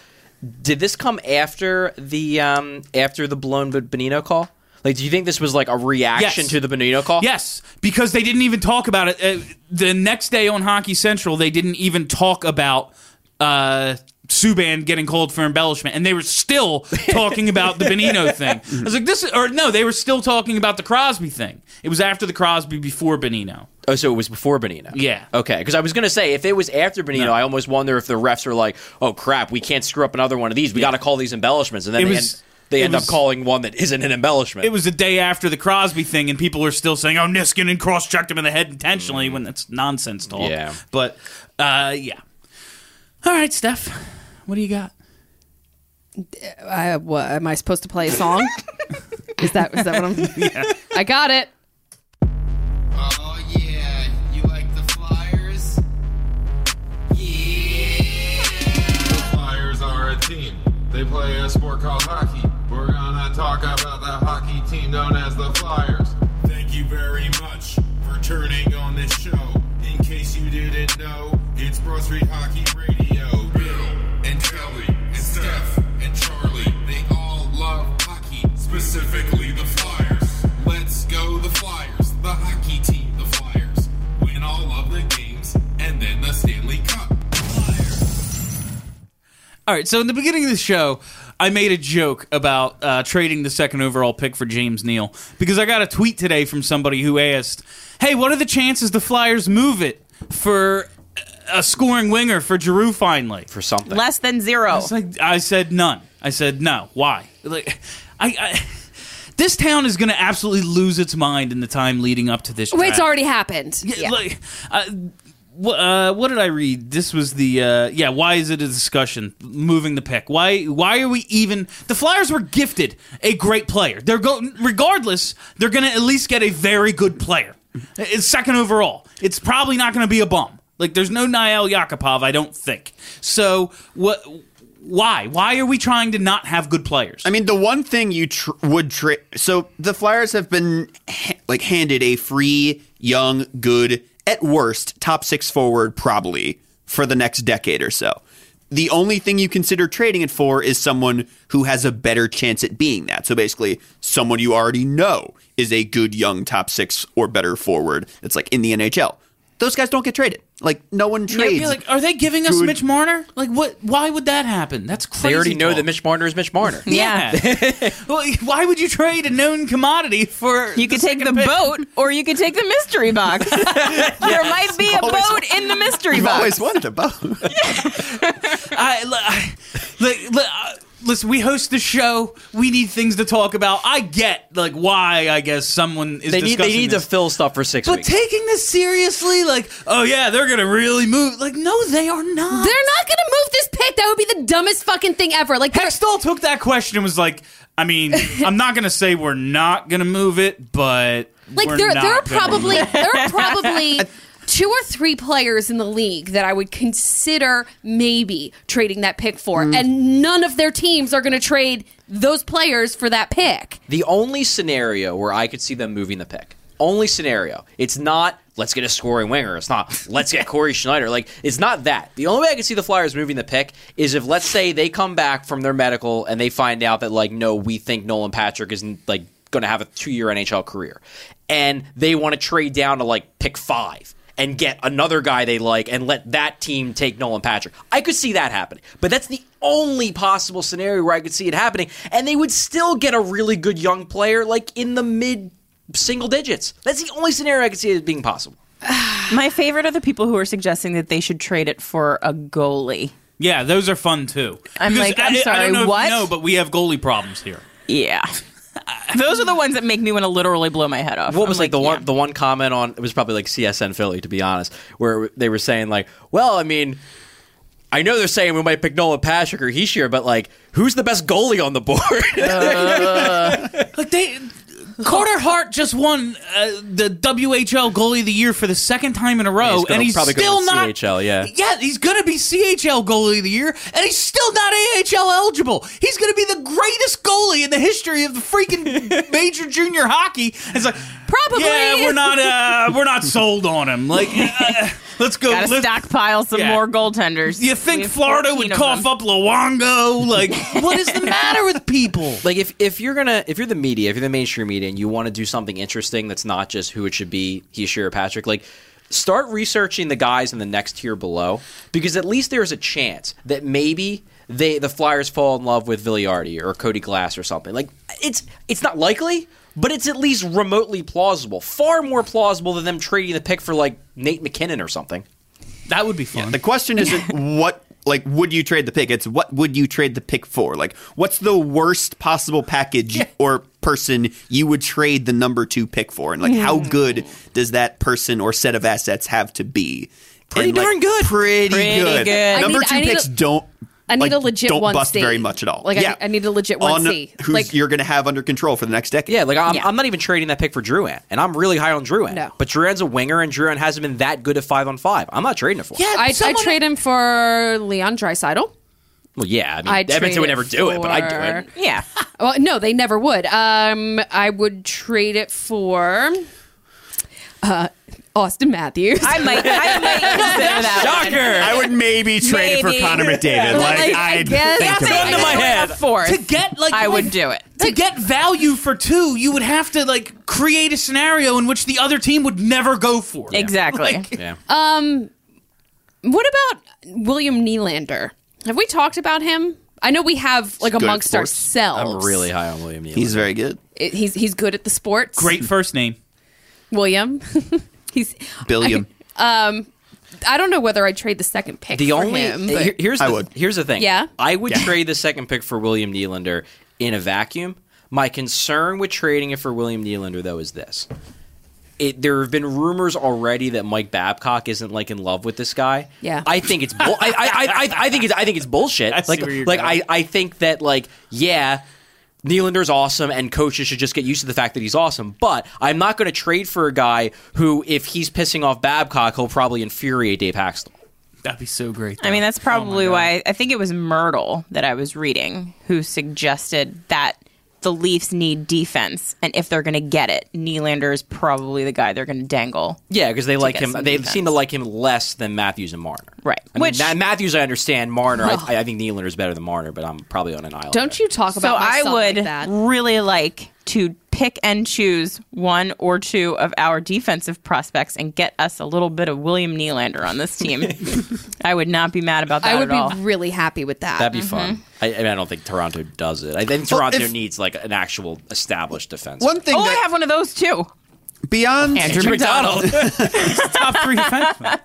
Did this come after the um after the blown but Benino call? Like, do you think this was like a reaction
Yes.
to the Benino call?
Yes, because they didn't even talk about it. Uh, the next day on Hockey Central, they didn't even talk about uh, Subban getting called for embellishment, and they were still talking about the Benino thing. I was like, this, is, or no, they were still talking about the Crosby thing. It was after the Crosby, before Benino.
Oh, so it was before Benino.
Yeah.
Okay, because I was gonna say if it was after Benino, I almost wonder if the refs are like, "Oh crap, we can't screw up another one of these. We got to call these embellishments," and then
It
they
was-
end, they
it
end up
was-
calling one that isn't an embellishment.
It was the day after the Crosby thing, and people are still saying, "Oh, Niskanen cross-checked him in the head intentionally," when that's nonsense talk.
Yeah.
but uh, yeah. All right, Steph, what do you got? [LAUGHS]
Uh, what, am I supposed to play a song? Is that is that what I'm? I got it.
Oh yeah, you like the Flyers?
The Flyers are a team. They play a sport called hockey. We're gonna talk about the hockey team known as the Flyers. Thank you very much for turning on this show. In case you didn't know, it's Bro Street Hockey Radio. Bill and Kelly and Steph and Charlie, they all love hockey, specifically the Flyers. Let's go, the Flyers, the hockey team, the Flyers. Win all of the games and then the Stanley Cup. Flyers.
All right, so in the beginning of the show, I made a joke about uh, trading the second overall pick for James Neal because I got a tweet today from somebody who asked, "Hey, what are the chances the Flyers move it for a scoring winger for Giroux finally?"
for something.
Less than zero.
It's like I said none. I said no. Why? Like I, I this town is going to absolutely lose its mind in the time leading up to this.
Wait,
draft.
it's already happened.
Yeah, Like, uh, wh- uh, what did I read? This was the uh, yeah. Why is it a discussion? Moving the pick. Why? Why are we even? The Flyers were gifted a great player. They're go regardless. They're gonna at least get a very good player. Uh, It's second overall. It's probably not gonna be a bum. Like there's no Niall Yakupov. I don't think. So what? Why? Why are we trying to not have good players?
I mean, the one thing you tr- would trade. So the Flyers have been ha- like handed a free, young, good, at worst, top six forward probably for the next decade or so. The only thing you consider trading it for is someone who has a better chance at being that. So basically, someone you already know is a good young top six or better forward that's like in the NHL. Those guys don't get traded. Like no one
I'd
trades.
be like, are they giving us
Good-
Mitch Marner? Like, what? Why would that happen? That's crazy.
They already know
talk.
that Mitch Marner is
[LAUGHS]
Mitch Marner.
yeah.
well, why would you trade a known commodity for?
You could take the
second pick?
boat or you could take the mystery box. there might be a
always-
boat in the mystery
You've
box.
always wanted a [LAUGHS] boat.
I, li- I- li- li- uh, listen, we host the show. We need things to talk about. I get like why I guess someone is.
They need they
discussing
need to
this.
fill stuff for six
But
weeks.
taking this seriously, like, oh yeah, they're gonna really move. Like, no, they are not.
They're not gonna move this pick. That would be the dumbest fucking thing ever. Like they're-
Hextall took that question and was like, I mean, I'm not gonna say we're not gonna move it, but
like
we're
there
not
there are
gonna move
probably
it.
there are probably two or three players in the league that I would consider maybe trading that pick for, and none of their teams are gonna trade those players for that pick.
the only scenario where I could see them moving the pick, only scenario. It's not let's get a scoring winger. It's not
[LAUGHS]
let's get Corey Schneider. Like it's not that. The only way I could see the Flyers moving the pick is if let's say they come back from their medical and they find out that like no, we think Nolan Patrick isn't like going to have a two-year NHL career, and they want to trade down to like pick five. And get another guy they like, and let that team take Nolan Patrick. I could see that happening, but that's the only possible scenario where I could see it happening, and they would still get a really good young player, like in the mid single digits. That's the only scenario I could see it being possible.
[LAUGHS] My favorite are the people who are suggesting that they should trade it for a goalie.
Yeah, those are fun too.
I'm like, I'm
I, I
sorry,
don't know
what?
No, but we have goalie problems here.
Yeah. Those are the ones that make me want to literally blow my head off.
What was
I'm
like, the one the one comment on it was probably like CSN Philly to be honest, where they were saying like, well, I mean, I know they're saying we might pick Nolan Patrick or Heishier, but like, who's the best goalie on the board? [LAUGHS]
Oh, Like they, Carter Hart just won uh, the WHL goalie of the year for the second time in a row,
he's gonna-
and he's
probably gonna
still
win
not
CHL, yeah.
yeah, he's gonna be CHL goalie of the year, and he's still not AHL eligible. He's gonna be the greatest goalie in the history of the freaking
[LAUGHS]
major junior hockey. It's like
Probably.
yeah, we're not [LAUGHS] uh, we're not sold on him. Like, uh, let's go.
Gotta
let's-
stockpile some
Yeah.
more goaltenders.
you
We
think
have
Florida
14
would
of
cough
them.
up Luongo?
[LAUGHS]
Like, what is the matter with people?
like if if you're gonna if you're the media if you're the mainstream media and you want to do something interesting that's not just who it should be he sure patrick like start researching the guys in the next tier below because at least there's a chance that maybe they the flyers fall in love with Villiardi or cody glass or something like it's it's not likely but it's at least remotely plausible far more plausible than them trading the pick for like nate mckinnon or something
[LAUGHS] That would be fun.
The question isn't
[LAUGHS]
what like would you trade the pick? It's what would you trade the pick for? Like what's the worst possible package or person you would trade the number 2 pick for? And like how
Hmm.
good does that person or set of assets have to be? Pretty
darn good.
Pretty,
Pretty good.
Number
I need-
2
I need
picks
a-
don't
I need
like,
a legit
don't
one
bust
C.
very much at all.
Like, I
yeah.
need- I need a legit one
On
C.
Who's
Like-
you're going to have under control for the next decade?
Yeah, like I'm,
Yeah.
I'm not even trading that pick for Druan, and I'm really high on Druan.
No.
But Druan's a winger, and Druan hasn't been that good at five on five. I'm not trading it for. him.
Yeah,
I, I
someone-
trade him for Leon Dreisidel.
Well, yeah. I mean,
I'd
Edmonton
trade it
would never do it, but I'd do it.
for-
Yeah.
Well, no, they never would. Um, I would trade it for uh, Austin Matthews.
I might. I
[LAUGHS]
might consider that. one.
I would maybe trade it for
Maybe.
Connor McDavid. like,
Like, I
I'd
guess-
think
That's
about
Maybe
it.
I would have Fourth.
to get like
I would do it.
to get value for two, you would have to like create a scenario in which the other team would never go for.
Exactly.
Like,
Yeah.
What about William Nylander? Have we talked about him? I know we have, like,
good at
amongst
sports.
ourselves.
I'm really high on William Neal.
He's very good.
It- he's he's good at the sports.
Great first name.
William. [LAUGHS] he's.
Billiam.
I don't know whether I'd trade the second pick.
the
for
only
him,
uh,
but-
here- here's
I
the,
would.
here's the thing.
Yeah?
I would trade the second pick for William Nylander in a vacuum. My concern with trading it for William Nylander though is this. It, there have been rumors already that Mike Babcock isn't like in love with this guy.
Yeah.
I think it's. Bull- I, I, I, I- I think it's. I think it's bullshit.
see
like,
where you're
like
going.
I, I think that like yeah, Nylander's awesome, and coaches should just get used to the fact that he's awesome. But I'm not going to trade for a guy who, if he's pissing off Babcock, he'll probably infuriate Dave Haxtell.
That'd be so [LAUGHS] great.
I mean, that's probably
Oh God.
why I think it was Myrtle that I was reading who suggested that the Leafs need defense, and if they're going to get it, Nylander is probably the guy they're going to dangle.
Yeah, because they like
get
him.
some
They
defense.
seem to like him less than Matthews and Marner.
Right.
I mean,
Which-
Ma- Matthews, I understand. Marner, I, I think Nylander's better than Marner, but I'm probably on an island.
don't you talk
So
about my
I
son
would
like that.
really like to pick and choose one or two of our defensive prospects and get us a little bit of William Nylander on
[LAUGHS]
this team. I would not be mad about that
I would
at all.
be really happy with that.
That'd be fun. I, I, mean, I don't think Toronto does it. I think
Well,
Toronto
if-
needs like an actual established defense. [LAUGHS]
One thing
oh, I
that
have one of those too.
beyond
Andrew McDonald.
top three defensemen.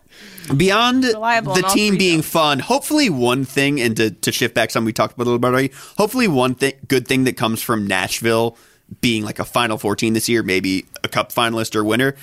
beyond
Reliable in
the
all
team
three
being
zones.
fun, hopefully one thing, and to, to shift back something we talked about a little bit already, hopefully one thing, good thing that comes from Nashville being like a Final 14 this year, maybe a cup finalist or winner,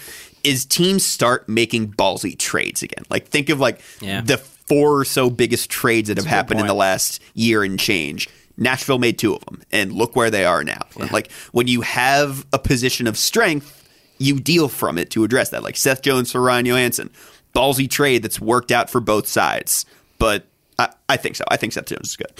is teams start making ballsy trades again. Like think of like
Yeah.
the four or so biggest trades that have happened in
point.
the last year and change. Nashville made two of them, and look where they are now. Like when you have a position of strength, you deal from it to address that. Like Seth Jones for Ryan Johansson, ballsy trade that's worked out for both sides. But I, I think so. I think Seth Jones is good.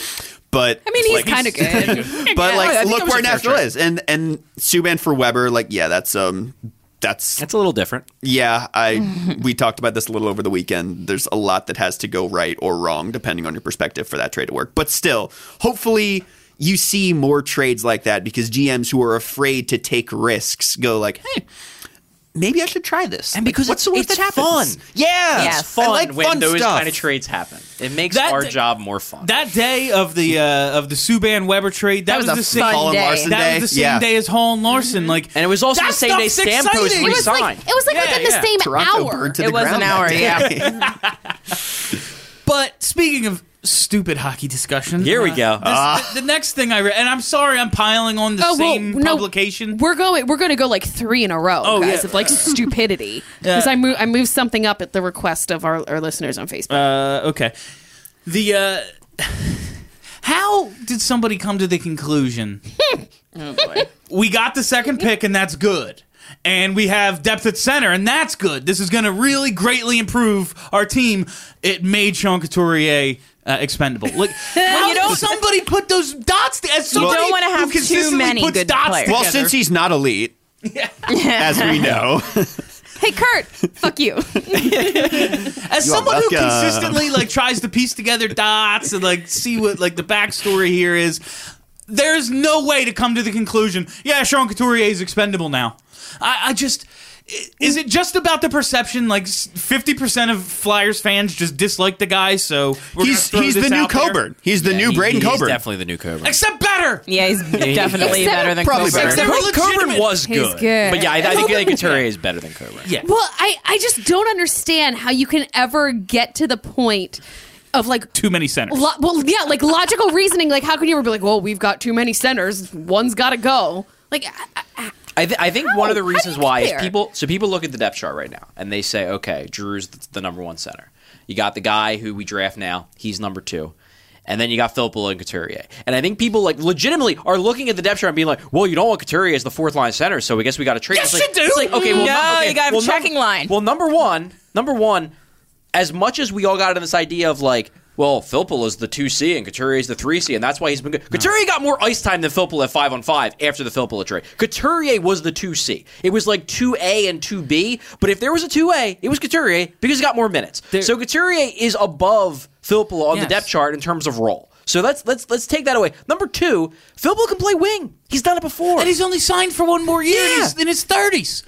But
I mean, he's kind of good.
but
I
like
think it
look
was
where
a fair
Nashville
trade.
is, and and Subban for Weber. Like yeah, that's um. That's
[LAUGHS] That's a little different.
yeah, I we talked about this a little over the weekend. There's a lot that has to go right or wrong depending on your perspective for that trade to work. But still, hopefully you see more trades like that because GMs who are afraid to take risks go like, "Hey, maybe I should try this."
And because
like, what's
it's-
the worst
it's
that happens?
fun.
Yeah,
Yes.
It's fun
I like
when
fun
those
stuff.
kind of trades happen. It makes
That-
our job more fun.
That day of the uh, of the Subban Weber trade, that, was,
was
the
a
same.
fun
Colin
day.
Larson
that
day.
was the same
yeah.
day as Hall and
Mm-hmm.
Larson. Like,
and it was also
that
the same day
stuff's
Stamkos
exciting.
It was like
resigned.
it was like within the
yeah.
same
Toronto
hour.
burned to the
It was an
ground
hour,
that
yeah.
day.
But speaking of stupid hockey discussion,
Here we go. Ah.
this- the, the next thing I read, and I'm sorry, I'm piling on the
Oh, well,
same
no,
publication.
We're going. We're going to go like three in a row,
Oh,
guys.
yeah.
Of like [LAUGHS] stupidity, because I move. I moved something up at the request of our, our listeners on Facebook.
Uh, okay. The uh, how did somebody come to the
[LAUGHS]
conclusion?
Oh,
we got the second pick, and that's good. And we have depth at center, and that's good. This is going to really greatly improve our team. It made Sean Couturier uh, expendable.
[LAUGHS]
Like, how
you
did
don't-
somebody put those dots? To, as somebody
don't wanna
who
have too
consistently
many
puts
good
dots
[LAUGHS]
players.
well,
together-
since he's not elite, as we know,
hey, Kurt, fuck you.
as
You are
someone who
welcome. [LAUGHS]
consistently like tries to piece together dots and like see what like the backstory here is, there's no way to come to the conclusion. Yeah, Sean Couturier is expendable now. I, I just. i- Is it just about the perception? Like fifty percent of Flyers fans just dislike the guy, so we're
he's
gonna throw
he's
this
the new
out there.
Coburn. He's the new
He-
Braden
he's
Coburn.
definitely the new Coburn.
except better.
[LAUGHS] Yeah, he's definitely
Except-
better than
Probably
Coburn.
better.
They're
Coburn,
legitimate.
was
He's
good.
good.
but yeah, I, I think I think Couturier is better than Coburn.
Yeah.
Well, I I just don't understand how you can ever get to the point of like.
Too many centers.
Lo- well, yeah, like logical reasoning. Like, how can you ever be like, well, we've got too many centers. One's got to go. Like, I- I-
I, th- I think one of the
How? How do
reasons
you get
why is
there?
people so people look at the depth chart right now and they say, okay, Drew's the, the number one center. You got the guy who we draft now; he's number two, And then you got Filippo and Couturier. And I think people like legitimately are looking at the depth chart and being like, well, you don't want Couturier as the fourth line center, so we guess we got to trade.
Yes,
It's like,
you do!
It's like, okay, well,
No,
okay,
you gotta have a
well, num-
checking line.
Well, number one, number one, as much as we all got in this idea of like, well, Philpool is the two C and Couturier is the three C, and that's why he's been good. Couturier got more ice time than Philpool at five on five after the Philpool trade. Couturier was the two C. It was like two A and two B, but if there was a two A, it was Couturier because he got more minutes. so Couturier is above Philpool on
Yes.
the depth chart in terms of role. So let's let's let's take that away. Number two, Philpool can play wing. He's done it before.
and he's only signed for one more year
Yeah.
in, his, in his 30s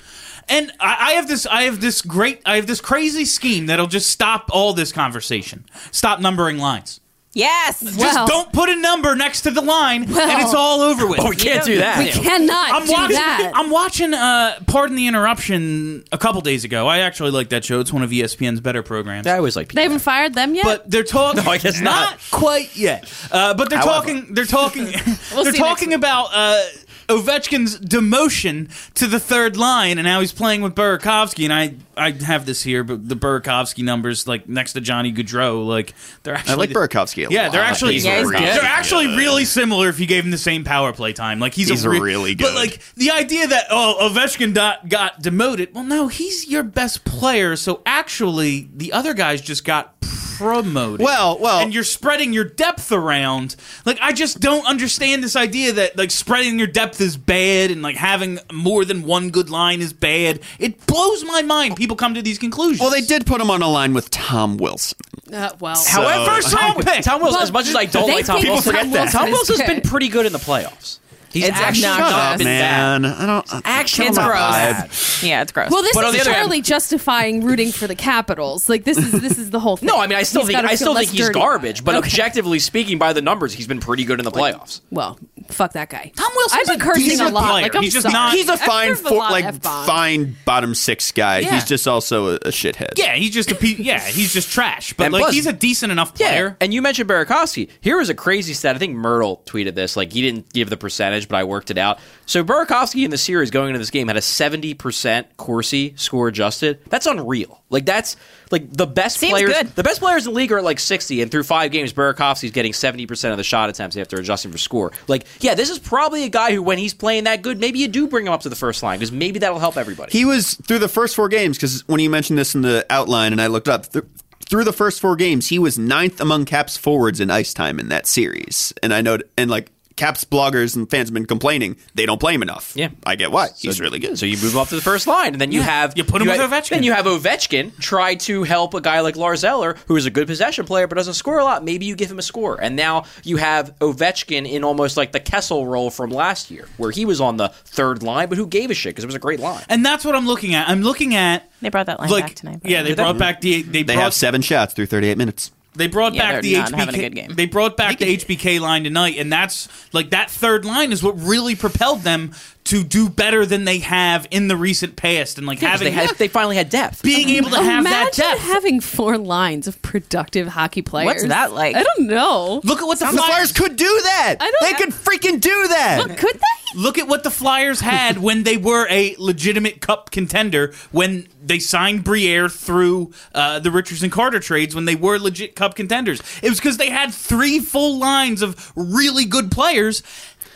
and I, I have this i have this great i have this crazy scheme that'll just stop all this conversation stop numbering lines
Yes.
Well,
just don't put a number next to the line and it's all over with
oh, we can't do that.
we cannot
I'm
do
watching.
that.
I'm watching. Uh, Pardon the interruption. A couple days ago, I actually like that show. It's one of E ESPN's better programs.
I always like
they haven't fired them yet.
But they're talking.
[LAUGHS] No, I guess not.
quite yet. Uh, but they're
However.
talking. They're
[LAUGHS]
talking.
see you
they're
next
talking
week.
about uh, Ovechkin's demotion to the third line, and how he's playing with Burakovsky. And I, I have this here, but the Burakovsky numbers, like next to Johnny Gaudreau, like they're actually.
I like Burakovsky. A
Yeah, they're
lot.
actually
He's
Yeah, he's
really
good.
they're
good.
actually really similar if you gave him the same power play time. Like he's,
He's
a re-
really
But
good.
like the idea that oh Ovechkin dot, got demoted. Well, no, he's your best player. So actually, the other guys just got promoted.
Well, well-
and you're spreading your depth around. Like I just don't understand this idea that like spreading your depth is bad and like having more than one good line is bad. It blows my mind. People come to these conclusions.
Well, they did put him on a line with Tom Wilson.
uh, well,
However,
First round pick.
Tom Wilson,
Well,
as much as I don't
they
like Tom
think
Wilson,
Tom Wilson
Tom
is
Wilson's been
good.
pretty good in the playoffs. He's
It's
actually
obnoxious.
not been bad.
Man, I don't. I-
Actually,
kill
it's
my
gross.
vibe.
Yeah, it's gross.
well, this
But on the
is
other hand-
totally justifying rooting for the Capitals. Like this is this is the [LAUGHS] whole thing.
No, I mean, I still
He's
think
gotta
I
feel
still think
less
he's
dirty.
garbage. But
Okay.
objectively speaking, by the numbers, he's been pretty good in the playoffs.
Well, fuck that guy.
Tom Wilson's
I've been
a
cursing a
decent
lot.
player.
Like, I'm
He's just
sorry.
not-
He's a fine,
curved a
fo-
lot
like
F-bombs.
fine bottom six guy.
Yeah.
He's just also a, a shithead.
Yeah, he's just a pe- yeah, he's just trash. But
And
like
plus-
he's a decent enough player.
and you mentioned Burakovsky. Here is a crazy stat. I think Myrtle tweeted this. Like he didn't give the percentage, but I worked it out. So Burakovsky in the series going into this game had a seventy percent Corsi score adjusted. That's unreal. Like that's like the best
Seems
players.
good.
The best players in the league are at like sixty, and through five games, Burakovsky's getting seventy percent of the shot attempts after adjusting for score. Like yeah, this is probably a guy who when he's playing that good, maybe you do bring him up to the first line because maybe that'll help everybody.
He was through the first four games because when you mentioned this in the outline, and I looked up th- through the first four games, he was ninth among Caps forwards in ice time in that series. And I know, and like Caps bloggers and fans have been complaining they don't play him enough.
Yeah.
I get why. He's really good.
So you move him up to the first line, and then you
Yeah.
have
You put him with
have-
Ovechkin.
Then you have Ovechkin try to help a guy like Lars Eller, who is a good possession player but doesn't score a lot. Maybe you give him a score, and now you have Ovechkin in almost like the Kessel role from last year, where he was on the third line, but who gave a shit because it was a great line.
And that's what I'm looking at. I'm looking at
They brought that line
like
back tonight. by
yeah, they
the way.
brought back the they,
They
brought
have seven shots through 38 minutes.
they brought
Yeah,
back
they're
the
not
HBK
having a good game.
they brought back the HBK line tonight, and that's like that third line is what really propelled them to do better than they have in the recent past, and like
'Cause
having
they, had, they finally had depth.
being able
Oh,
to have that
Imagine
depth.
having four lines of productive hockey players.
that like?
I don't know.
Look at what the
The Flyers
Flyers
could do that.
I don't-
they could freaking do that.
Look, could they?
Look at what the Flyers had when they were a legitimate cup contender when they signed Briere through uh, the Richardson Carter trades when they were legit cup contenders. It was because they had three full lines of really good players.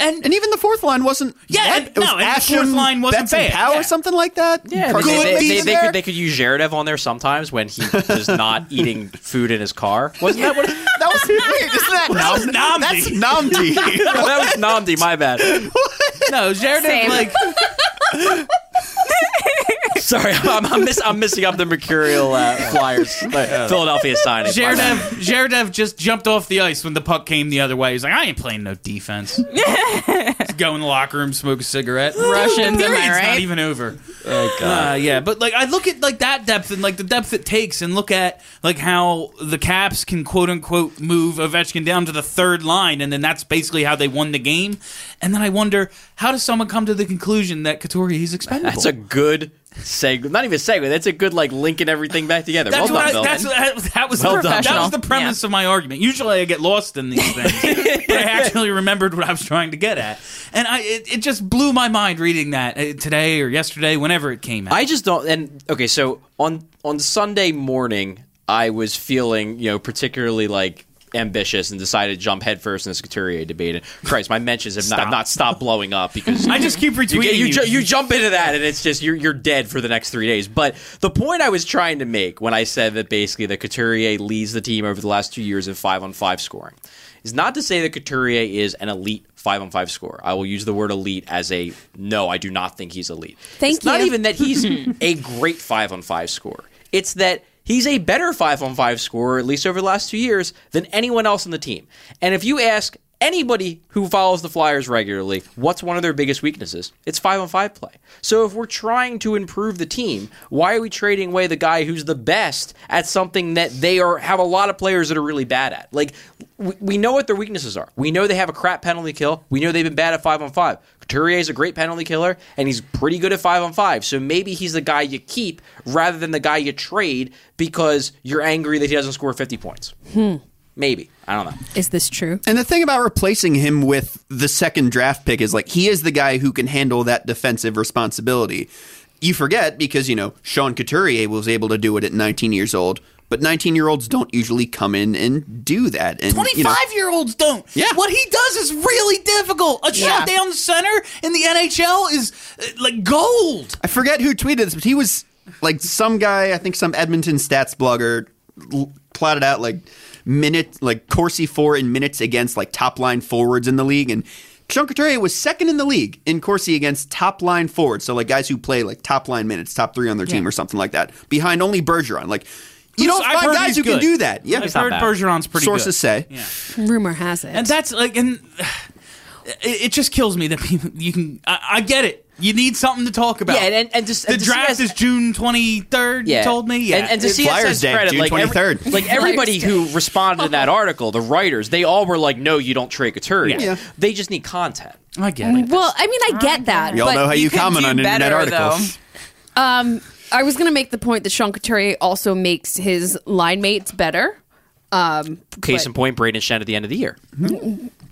And,
and even the fourth line wasn't.
Yeah,
bad.
and-
it was
no, and the
Asham,
fourth line wasn't
Betts, and
bad.
Powell
Yeah.
or something like that.
Yeah,
Carson
they,
Wentz
they, they,
was
they
there.
could, they could use Zverev on there sometimes when he was not eating food in his car. Wasn't that what?
[LAUGHS]
[LAUGHS]
[LAUGHS]
That was weird. Isn't that
was Namdi.
That's Namdi.
[LAUGHS]
that was Namdi. My bad.
no, Jared
Same.
like
Sorry, [LAUGHS] I'm, I'm, miss, I'm missing up the mercurial uh, flyers. uh, Philadelphia signing.
Jaredev, Jaredev just jumped off the ice when the puck came the other way. He's like, I ain't playing no defense. Just go in the locker room, smoke a cigarette.
Russians, am I
It's not
right?
even over.
Oh,
Uh, yeah, but like I look at like that depth and like the depth it takes, and look at like how the Caps can quote unquote move Ovechkin down to the third line, and then that's basically how they won the game. And then I wonder how does someone come to the conclusion that Katori he's expendable?
That's a good segue. Not even a segue. That's a good like linking everything back together.
That's
well
what
done,
I-
Bill.
that's- that, that was
Well
the,
done.
that was the premise of my argument. Usually I get lost in these things, but I actually remembered what I was trying to get at, and I it, it just blew my mind reading that uh, today or yesterday, whenever it came out.
I just don't. And okay, so on on Sunday morning, I was feeling you know particularly like ambitious and decided to jump headfirst in this Couturier debate. And Christ, my mentions have not, have not stopped blowing up because
I just keep retweeting
you, get- you,
you.
ju- you jump into that and it's just you're you're dead for the next three days. But the point I was trying to make when I said that basically that Couturier leads the team over the last two years in five on five scoring is not to say that Couturier is an elite five on five scorer. I will use the word elite as a no. I do not think he's elite.
Thank
it's Not
you.
even that he's a great five on five scorer. It's that he's a better five on five scorer, at least over the last two years, than anyone else on the team. And if you ask anybody who follows the Flyers regularly, what's one of their biggest weaknesses? It's five on five play. So if we're trying to improve the team, why are we trading away the guy who's the best at something that they are have a lot of players that are really bad at? Like we, we know what their weaknesses are. We know they have a crap penalty kill. We know they've been bad at five on five. Couturier is a great penalty killer, and he's pretty good at five on five. So maybe he's the guy you keep rather than the guy you trade because you're angry that he doesn't score 50 points. Maybe. I don't know.
Is this true?
And the thing about replacing him with the second draft pick is like he is the guy who can handle that defensive responsibility. You forget because, you know, Sean Couturier was able to do it at 19 years old, but 19 year olds don't usually come in and do that. And, you know,
25 year olds don't.
Yeah.
What he does is really difficult. A shot down the center in the NHL is uh, like gold.
I forget who tweeted this, but he was like some guy, I think some Edmonton stats blogger l- plotted out like minutes, like Corsi for in minutes against like top line forwards in the league. And Sean Couturier was second in the league in Corsi against top line forwards. So like guys who play like top line minutes, top three on their team or something like that, behind only Bergeron. Like, you
Who's-
don't
I've
find
heard
guys
he's
who can
good.
do that. Yeah,
I've heard Bergeron's pretty
sources
good.
say.
Rumor has it.
And that's like, and [SIGHS] uh, it, it just kills me that people, you can, I, I get it. You need something to talk about.
Yeah, and- and- and just-
the
and to see
draft
us-
is June 23rd, you told me. Yeah.
And, and to see
Flyers
Flyers
Day,
credit,
June
like, every-
23rd.
[LAUGHS] like everybody
Flyers
who responded in that article, the writers, they all were like, "No, you don't trade Couturier.
Yeah.
They just need content."
I get it.
well, I mean, I get that.
We all
but um,
know how you,
you could
comment
do
on internet
better,
articles.
I was going to make the point that Sean Couturier also makes his line mates better. Um,
Case
But-
in point, Braden Shen at the end of the year.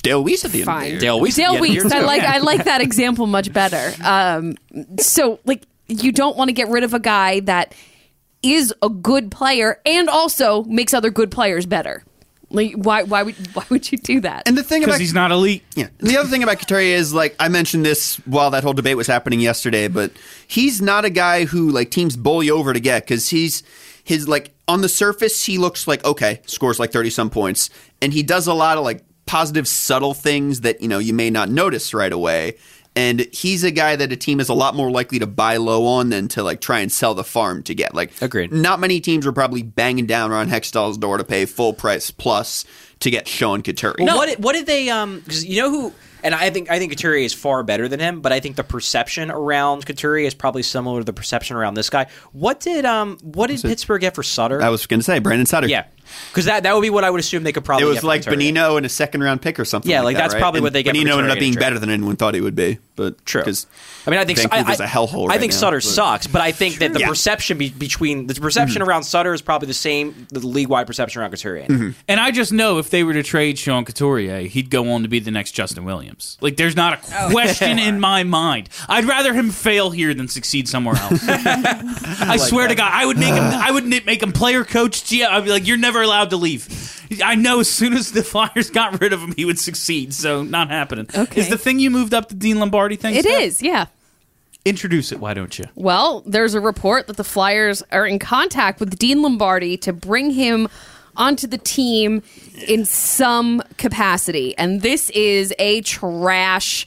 Dale Weiss at the end of the
fine.
year.
Dale Weiss at the
Dale
end of the year,
Weeks. I
too.
like I like that example much better. Um, so like you don't want to get rid of a guy that is a good player and also makes other good players better. Like why why would why would you do that?
And the thing
Because
about
he's not elite.
Yeah. And the other thing about Couturier is like I mentioned this while that whole debate was happening yesterday, but he's not a guy who like teams bowl you over to get because he's his like on the surface he looks like okay scores like thirty some points and he does a lot of like positive subtle things that you know you may not notice right away. And he's a guy that a team is a lot more likely to buy low on than to like try and sell the farm to get. Like,
Agreed.
Not many teams are probably banging down Ron Hextall's door to pay full price plus to get Sean Couturier.
Well, what what did they? Um, because you know who, and I think I think Couturier is far better than him, but I think the perception around Couturier is probably similar to the perception around this guy. What did um, what did Pittsburgh get for Sutter?
I was going to say Brandon Sutter.
yeah, because that that would be what I would assume they could probably.
It
get
was
for
like
Couturier.
Benino and a second round pick or something.
Yeah,
like,
like,
that,
that's
right?
probably
And
what they get for
Benino ended up
Couturier,
being
true.
better than anyone thought he would be, but
True.
Because
I mean, I think
Vancouver's
I, I,
a hellhole.
I
right
think
now,
Sutter
but-
sucks, but I think that the
Yeah. Hmm.
perception be, between the perception around Sutter is probably the same the league wide perception around Couturier.
Mm-hmm.
And I just know if they were to trade Sean Couturier, he'd go on to be the next Justin Williams. Like, there's not
Oh.
a question
[LAUGHS]
in my mind. I'd rather him fail here than succeed somewhere else.
[LAUGHS]
I, swear to God, I would
[SIGHS]
make him. I would ni- make him player coach. GM. I'd be like, you're never allowed to leave. I know as soon as the [LAUGHS] Flyers got rid of him, he would succeed. So not happening.
Okay.
Is the thing you moved up the Dean Lombardi thing?
it is, yeah.
Introduce it. Why don't you?
Well, there's a report that the Flyers are in contact with Dean Lombardi to bring him onto the team in some capacity. And this is a trash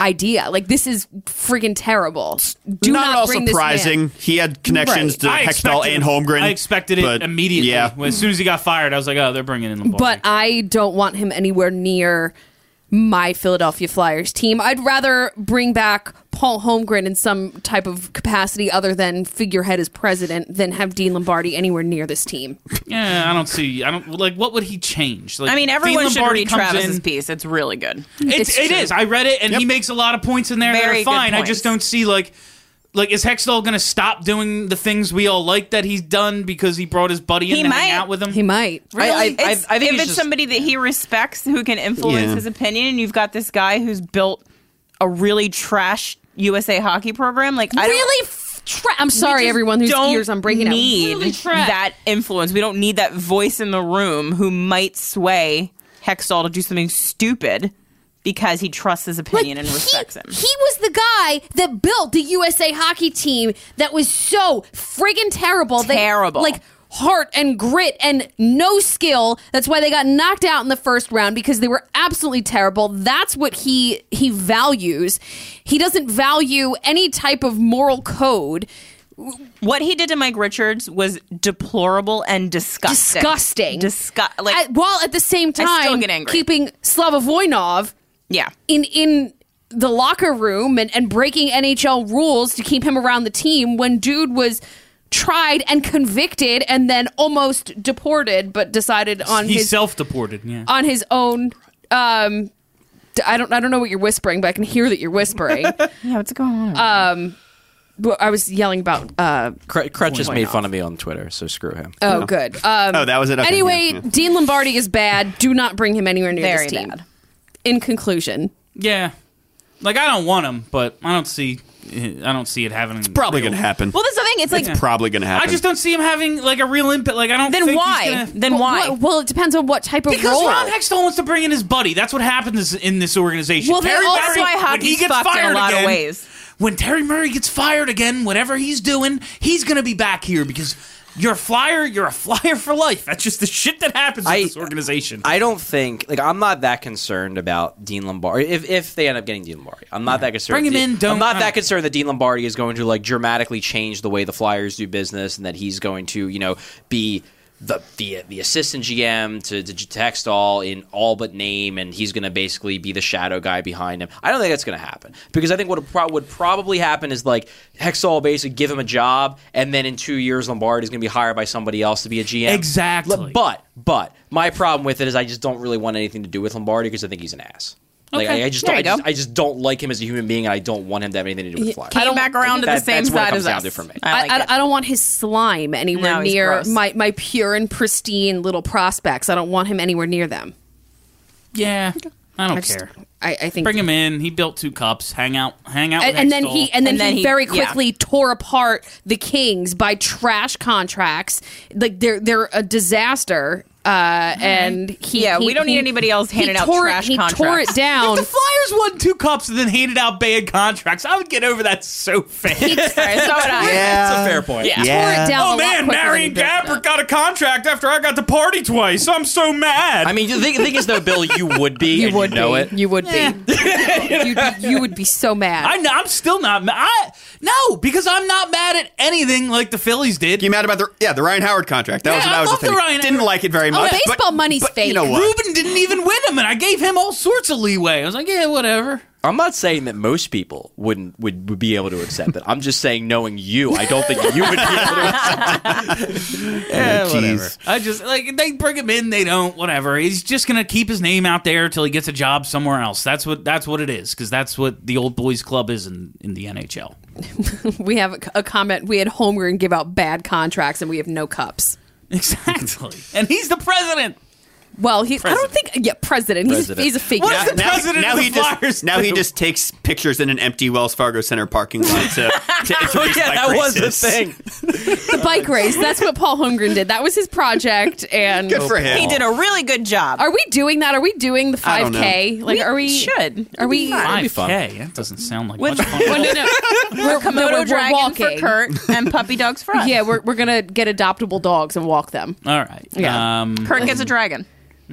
idea. Like this is friggin' terrible. Do
not,
not,
at all
bring This man.
surprising. He had connections
Right.
to Hextall
expected
and
it-
Holmgren.
I expected it
but
immediately.
Yeah,
As soon as he got fired, I was like, oh, they're bringing in Lombardi.
But I don't want him anywhere near my Philadelphia Flyers team. I'd rather bring back Paul Holmgren in some type of capacity other than figurehead as president than have Dean Lombardi anywhere near this team.
Yeah, I don't see. I don't like. What would he change? Like,
I mean, everyone
Dean
should
Lombardi
read
comes
Travis's
in-
piece. It's really good.
It's,
It's
it
true.
is. I read it, and he makes a lot of points in there
Very
that are
good
fine. I
points.
just don't see like. Like is Hextall going to stop doing the things we all like that he's done because he brought his buddy in
He
to hang
might.
out with him?
He might.
I, I, I, I
It's-
think
if it's,
just-
somebody that he respects who can influence
Yeah.
his opinion, and you've got this guy who's built a really trash USA hockey program, like I don't-
really f- trash. I'm sorry,
just
everyone whose
don't
ears I'm breaking
need
out. Literally trash.
that influence. We don't need that voice in the room who might sway Hextall to do something stupid because he trusts his opinion and
he-
respects him.
He was the guy that built the USA hockey team that was so friggin' terrible. They-
Terrible.
like heart and grit and no skill. That's why they got knocked out in the first round because they were absolutely terrible. That's what he he values. He doesn't value any type of moral code.
what he did to Mike Richards was deplorable and disgusting.
Disgusting.
Disgust. Like
At- while at the same time
I still get angry.
keeping Slava Voinov
yeah.
in in the locker room and, and breaking NHL rules to keep him around the team when dude was tried and convicted and then almost deported but decided on
He's
his
self deported. Yeah.
on his own um d- I don't I don't know what you're whispering but I can hear that you're whispering.
Yeah. What's going on?
But I was yelling about uh
Cr- Crutch just made fun of me on Twitter, so screw him.
oh good. Um
Oh, that was it. Okay,
anyway,
yeah, yeah.
Dean Lombardi is bad. Do not bring him anywhere near
Very
this team.
bad.
In conclusion,
yeah. Like I don't want him, but I don't see. I don't see it having. It's
probably gonna happen.
well, that's the thing. It's like
probably gonna happen.
I just don't see him having like a real impact. Like I don't.
then
think he's
why?
gonna-
then
Well,
why?
Well, well, it depends on what type of
Because
role.
Ron Hextall wants to bring in his buddy. That's what happens in this organization.
Well, they're
Terry
also
Murray,
why
when he
hockey's
gets
fucked in a
fired
lot of
again,
ways.
When Terry Murray gets fired again, whatever he's doing, he's going to be back here because you're a flyer. You're a flyer for life. That's just the shit that happens
I-
in this organization.
I don't think like I'm not that concerned about Dean Lombardi if, if they end up getting Dean Lombardi. I'm not that concerned.
Bring him
that-
in, don't-
I'm not
I don't-
that concerned that Dean Lombardi is going to like dramatically change the way the Flyers do business and that he's going to you know be the the, the assistant GM to, to Textall in all but name and he's going to basically be the shadow guy behind him. I don't think that's going to happen because I think what pro- would probably happen is like Hextall will basically give him a job and then in two years Lombardi is going to be hired by somebody else to be a GM.
Exactly.
Le- But but my problem with it is I just don't really want anything to do with Lombardi because I think he's an ass. Like
Okay.
I, I just
There
I
you go.
just, I just don't like him as a human being and I don't want him to have anything to do with the Flyers.
Came back around to the
That-
same
that's what it
side
comes
as
down
us.
to for me.
I, like
I,
it.
I, I don't want his slime anywhere
No, he's
near
gross.
my, my pure and pristine little prospects. I don't want him anywhere near them.
yeah, I don't
I just,
care.
I, I think.
Bring him in. He built two cups. Hang out. Hang out.
and,
with
and then
Hextall.
he and then,
And then
he,
he-
very
yeah.
quickly tore apart the Kings by trash contracts. Like they're they're a disaster. Uh, and he
Yeah,
he-
we don't need
he-
anybody else
he
handing out
tore it-
trash
he tore it
contracts. [LAUGHS]
down. [LAUGHS]
If the Flyers won two cups and then handed out bad contracts, I would get over that so fast. [LAUGHS]
Sorry, so would I.
yeah,
That's a fair point.
He tore
Yeah.
it down.
Oh
a lot
man,
quicker than he
Marion
built it
Gabbert
up.
got a contract after I got to party twice. I'm so mad.
I mean, the thing, the thing is though, Bill, you
[LAUGHS]
would be. You and
would
you know
be.
it.
You would be. You'd be. You would be so mad.
I, am still not mad. I, no, because I'm not mad at anything like the Phillies did.
You mad about the yeah the Ryan Howard contract? That was
Yeah,
what
I
I was
love the
thinking.
Ryan
Didn't
Howard-
like it very
Oh,
much.
baseball
but,
money's
but You
fake.
know what?
Ruben didn't even win them, and I gave him all sorts of leeway. I was like, yeah, whatever.
I'm not saying that most people wouldn't would, would be able to accept that. I'm just saying, knowing you, I don't think you would be able to.
Yeah,
whatever. I just like they bring him in, they don't, whatever. He's just gonna keep his name out there till he gets a job somewhere else. That's what that's what it is, because that's what the old boys club is in, in the NHL.
We have a, a comment. We had Homer and give out bad contracts, and we have no cups.
[LAUGHS] Exactly. and he's the president.
Well, he, I don't think. Yeah, president. He's,
President.
he's a figure.
What is the
Now,
president
now
of the
he
Flyers
just now he
do?
just takes pictures in an empty Wells Fargo Center parking lot to, to
Oh,
introduce
yeah,
my
that was the
graces.
thing.
the bike race. That's what Paul Holmgren did. That was his project. And
Good for him.
He did a really good job.
are we doing that? Are we doing the
I don't
five k? Like, are we?
should.
Are we?
Five
be fun.
K. That doesn't sound like
With-
much fun.
Well, no, no. We're, Komodo
Moto
we're,
dragon
walking.
for Kurt and puppy
[LAUGHS]
dogs for us.
Yeah, we're, we're gonna get adoptable dogs and walk them
All right.
Yeah.
Um,
Kurt gets a dragon.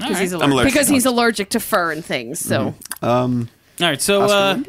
all,
because
right.
He's a
I'm
little-
allergic.
because he's allergic to fur and things. So
um,
All right. So, uh,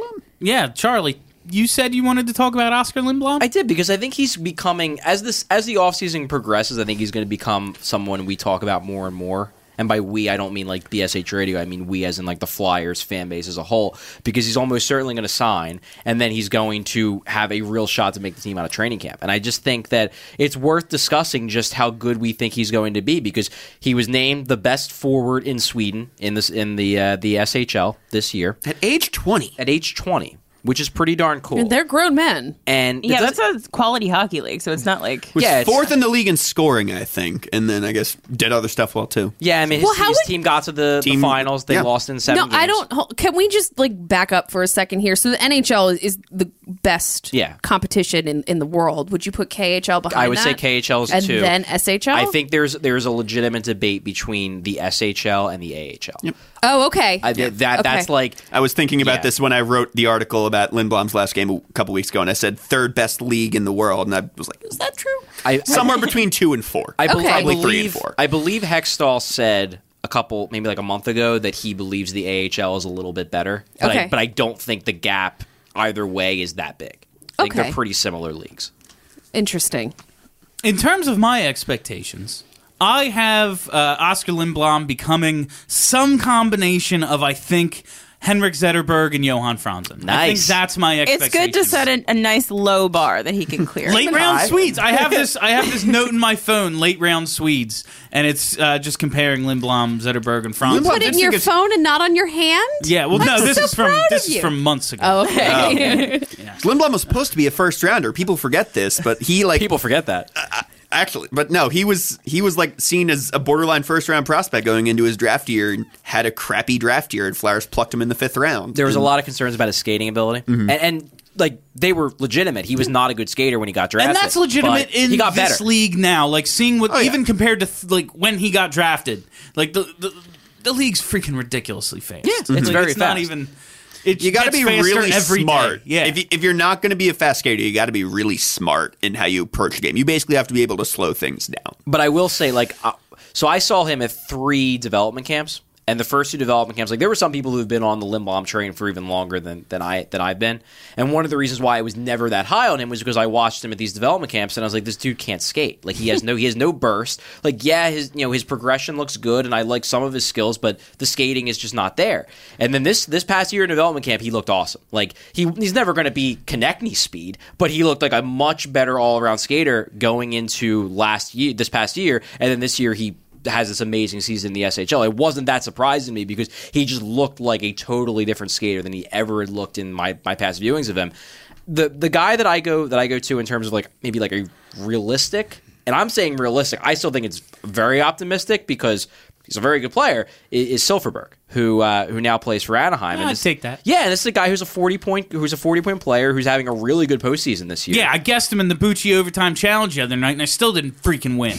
yeah, Charlie, you said you wanted to talk about Oscar Lindblom.
I did because I think he's becoming as this as the offseason progresses, I think he's going to become someone we talk about more and more. And by we, I don't mean like BSH Radio. I mean we, as in like the Flyers fan base as a whole, because he's almost certainly going to sign, and then he's going to have a real shot to make the team out of training camp. And I just think that it's worth discussing just how good we think he's going to be, because he was named the best forward in Sweden in this in the uh, the SHL this year
at age twenty.
at age twenty, which is pretty darn cool.
and they're grown men.
and
Yeah,
it does-
that's a quality hockey league, so it's not like
Was
Yeah, it's-
fourth in the league in scoring, I think, and then I guess did other stuff well too.
Yeah, I mean, his,
Well, how
his
would-
team got to the,
Team-
the finals. They
yeah.
lost in seven.
no, I
games.
don't. hol- Can we just like back up for a second here? So the NHL is, is the best
Yeah.
competition in, in the world. Would you put KHL behind?
I would say
that?
KHL is a
and
two.
then SHL.
I think there's there's a legitimate debate between the SHL and the AHL.
Oh, okay.
I, th- that
Okay.
that's like
I was thinking about
Yeah.
this when I wrote the article about Lindblom's last game a couple weeks ago, and I said third best league in the world, and I was like, is that true?
I-
Somewhere between two and four.
I, believe
Okay.
I
Probably
believe
three and four.
I believe Hextall said a couple maybe like a month ago that he believes the AHL is a little bit better. But I,
Okay.
but I don't think the gap either way is that big. I think
Okay.
they're pretty similar leagues.
Interesting.
In terms of my expectations, I have uh, Oscar Lindblom becoming some combination of I think Henrik Zetterberg and Johan Franzen. I think
Nice.
that's my
It's
expectations.
good to set a, a nice low bar that he
[LAUGHS]
can clear.
Late round Swedes. I have this. I have this note in my phone. Late round Swedes, and it's uh, just comparing Lindblom, Zetterberg, and Franz.
Lindblom-
Put it in
Interesting
your
is-
phone and not on your hand.
Yeah. Well, no.
That's
This
so
is from
proud
this
of
is
you.
from months ago.
Oh, okay.
[LAUGHS] Lindblom was supposed to be a first rounder. People forget this, but he like
People forget that.
actually, but no, he was he was like seen as a borderline first round prospect going into his draft year. and Had a crappy draft year, and Flowers plucked him in the fifth round.
There was a
Mm.
lot of concerns about his skating ability.
Mm-hmm.
And, and like they were legitimate. He was not a good skater when he got drafted.
And that's legitimate
but
in
he got
this
better.
league now. Like seeing what
yeah.
even compared to th- like when he got drafted. Like the the, the league's freaking ridiculously fast. Yeah, it's, like,
very
it's not
fast.
even. It
you got to
gets
be
faster
really
every day.
smart.
Yeah.
If, you, if you're not going to be a fast skater, you got to be really smart in how you approach the game. You basically have to be able to slow things down.
But I will say, like, uh, so I saw him at three development camps, and the first two development camps, like, there were some people who have been on the Limbaum train for even longer than than I than I've been. And one of the reasons why I was never that high on him was because I watched him at these development camps, and I was like, this dude can't skate. Like, he has no he has no burst. Like, yeah, his you know his progression looks good, and I like some of his skills, but the skating is just not there. And then this this past year in development camp, he looked awesome. Like, he he's never going to be Konechny speed, but he looked like a much better all around skater going into last year, this past year, and then this year he has this amazing season in the SHL. It wasn't that surprising to me because he just looked like a totally different skater than he ever had looked in my my past viewings of him. The the guy that I go that I go to in terms of like maybe like a realistic, and I'm saying realistic. I still think it's very optimistic because he's a very good player. i- Is, Silverberg who uh, who now plays for Anaheim?
Yeah,
and
I'd
this-
take that.
Yeah, and this is a guy who's a forty point who's a forty point player who's having a really good postseason this year.
Yeah, I guessed him in the Bucci overtime challenge the other night, and I still didn't freaking win.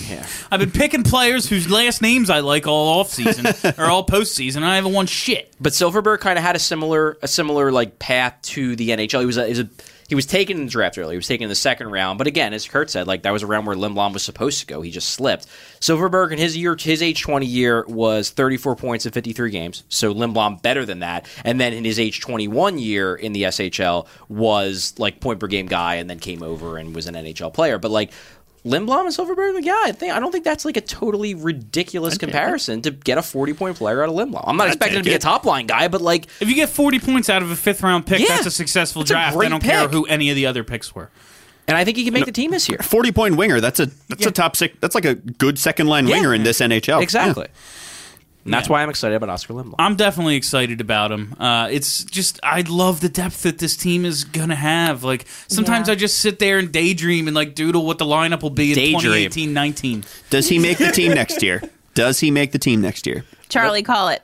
I've been picking players whose last names I like all
[LAUGHS]
offseason or all postseason, and I haven't won shit.
but Silverberg kind of had a similar a similar like path to the NHL. He was a, he was, a, he was taken in the draft early. He was taken in the second round, but again, as Kurt said, like that was a round where Limblom was supposed to go. He just slipped. Silverberg in his year his age twenty year was thirty four points in fifty three games. So Limblom better than that, and then in his age twenty one year in the SHL was like point per game guy, and then came over and was an NHL player. But like. Lindblom and Silverberg, like, yeah, I think I don't think that's like a totally ridiculous comparison to get a forty-point player out of Limblom. I'm not expecting him to be a top-line guy, but like,
If you get 40 points out of a fifth round pick,
Yeah,
that's a successful
that's a
draft. I
great
don't care
pick.
who any of the other picks were.
and I think he can make the team this year.
Forty point winger. That's a that's
Yeah.
a top six. That's like a good second line winger in this NHL.
[LAUGHS] Exactly. And that's why I'm excited about Oscar Lindblom.
I'm definitely excited about him. Uh, it's just I love the depth that this team is gonna have. Like sometimes
Yeah.
I just sit there and daydream and like doodle what the lineup will be in
Daydream.
2018-19.
Yeah. Does he make the team next year? Does he make the team next year?
Charlie, call it.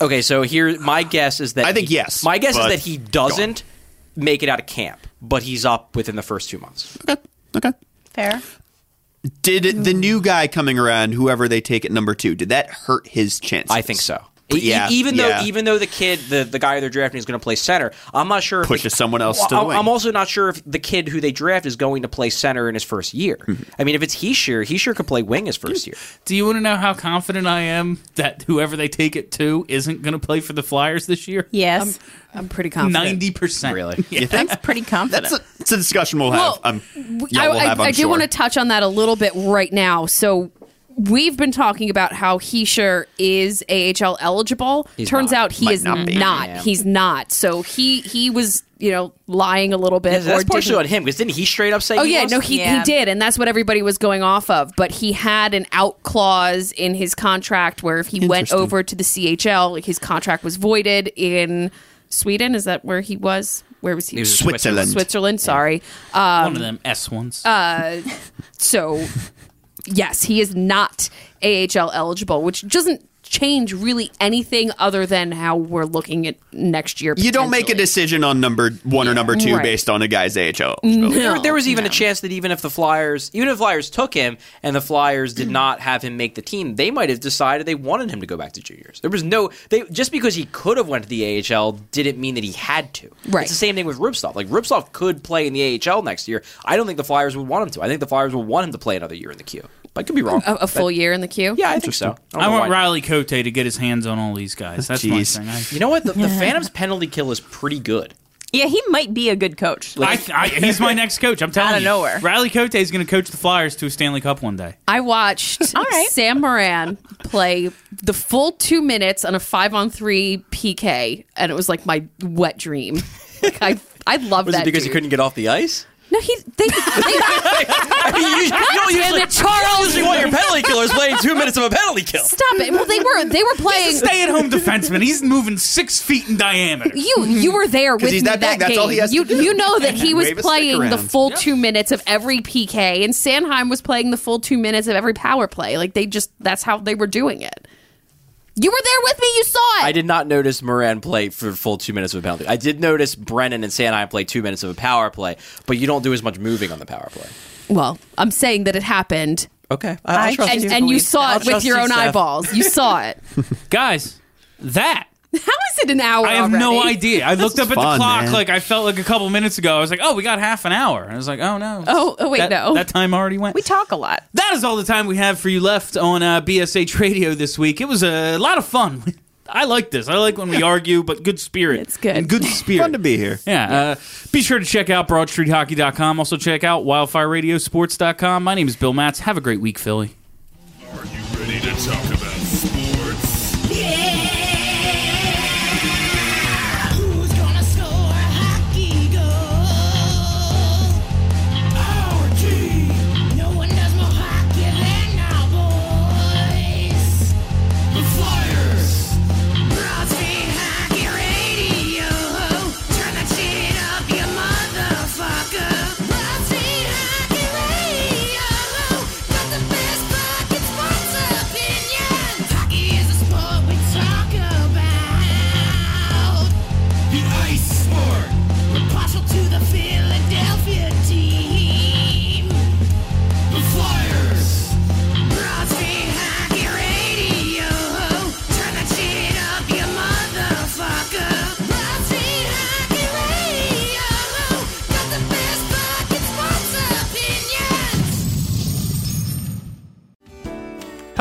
Okay, so here my guess is that
I think
he-
yes,
My guess is
but
that he doesn't make it out of camp, but he's up within the first two months.
Okay.
Fair.
Did it- the new guy coming around, whoever they take at number two, did that hurt his chances?
I think so. E- e-
Yeah,
even
yeah.
though even though the kid the, the guy they're drafting is going to play center, I'm not sure if
Pushes
the-
someone else to the
I'm-
wing.
I'm also not sure if the kid who they draft is going to play center in his first year.
Mm-hmm.
I mean, if it's he sure he sure could play wing his first year.
Do you want to know how confident I am that whoever they take it to isn't gonna play for the Flyers this year?
Um,
Yes.
[LAUGHS] I'm pretty confident.
Ninety percent.
Really?
You
[LAUGHS]
think?
That's pretty confident.
That's a, it's a discussion we'll have.
Well,
I'm,
w-
yeah,
I,
we'll
I-
have, I'm
I do
sure.
want to touch on that a little bit right now. So we've been talking about how Heisher is AHL eligible. Turns
not.
out he
Might
is
not
not.
be.
He's not. So he he was you know lying a little bit.
that's
or
partially
didn't-
on him because didn't he straight up say?
Oh
he
yeah,
wants
no,
to-
he
Yeah.
he did, and that's what everybody was going off of. But he had an out clause in his contract where if he went
Interesting.
over to the CHL, like his contract was voided in Sweden. Is that where he was? Where was he?
He was in
Switzerland.
Switzerland. Sorry.
One of them S ones.
So, yes, he is not AHL eligible, which doesn't change really anything other than how we're looking at next year.
You don't make a
potentially.
decision on number one or number two
Right.
based on a guy's AHL.
There,
No,
there was even a chance that even if the Flyers, even if the Flyers took him and the Flyers
Mm.
did not have him make the team, they might have decided they wanted him to go back to juniors. There was no they just because he could have went to the AHL didn't mean that he had to.
Right.
It's the same thing with Rupstov. Like Rupstov could play in the AHL next year. I don't think the Flyers would want him to. I think the Flyers would want him to play another year in the queue. But I could be wrong.
a, a full year in the queue.
yeah, I think so. don't
I
know
want
why.
Riley Cote to get his hands on all these guys. That's my
Jeez.
thing. I,
You know what?
[LAUGHS]
The, the Phantom's penalty kill is pretty good.
Yeah, he might be a good coach.
I, I, he's my next coach. I'm telling
Out of
you.
nowhere.
Riley Cote is going to coach the Flyers to a Stanley Cup one day.
I watched
All right.
Sam Moran play the full two minutes on a five on three PK, and it was like my wet dream. Like I, I love that. dude.
get off the ice?
No, he. They, they,
[LAUGHS] I mean, you, you don't
Damn
usually,
it, Charles!
you usually want your penalty killers playing two minutes of a penalty kill.
stop it. Well, they were. They were playing.
Stay at home defenseman. He's moving six feet in diameter.
You you were there with
Mm-hmm. he's
me
that big, that's
game.
all he has
you
to do.
you know
[LAUGHS]
that he was
Wave a stick
playing the
around.
full two minutes of every PK, and Sanheim was playing the full two minutes of every power play. Like they just that's how they were doing it. You were there with me. You saw it.
I did not notice Moran play for full two minutes of a penalty. I did notice Brennan and Sanheim play two minutes of a power play, but you don't do as much moving on the power play.
Well, I'm saying that it happened,
Okay, I,
I-
trust
and,
you.
and you
believe
saw
I'll
it with
trust
your
you,
own
Steph.
eyeballs. You saw it.
Guys, that
[LAUGHS] How is it an hour?
I have no
already?
idea. I looked up at
fun,
the clock
man.
like I felt like a couple minutes ago. I was like, oh, we got half an hour. And I was like, oh no.
Oh, oh, wait,
That-
no.
That time already went.
We talk a lot.
that is all the time we have for you left on uh, BSH Radio this week. It was a lot of fun. [LAUGHS] I like this. I like
[LAUGHS]
when we argue, but good spirit.
It's good. [LAUGHS]
And good spirit.
Fun to be here.
Yeah. Uh, be sure to check out BroadStreetHockey.com. Also, check out WildfireRadioSports.com. My name is Bill Matz. Have a great week, Philly.
Are you ready to talk about sports?
Who's gonna score a hockey goal? Our team. No one does more hockey than our boys. The Flyers. Broadway Hockey Radio. Turn that shit up, you motherfucker. Broadway Hockey Radio. Got the best fucking sports opinion. Hockey is a sport we talk about. The ice sport. We're partial to the Philadelphia team. The Flyers. Broadway Hockey Radio. Turn that shit up, you motherfucker. Broadway Hockey Radio. Got the best fucking sports opinions.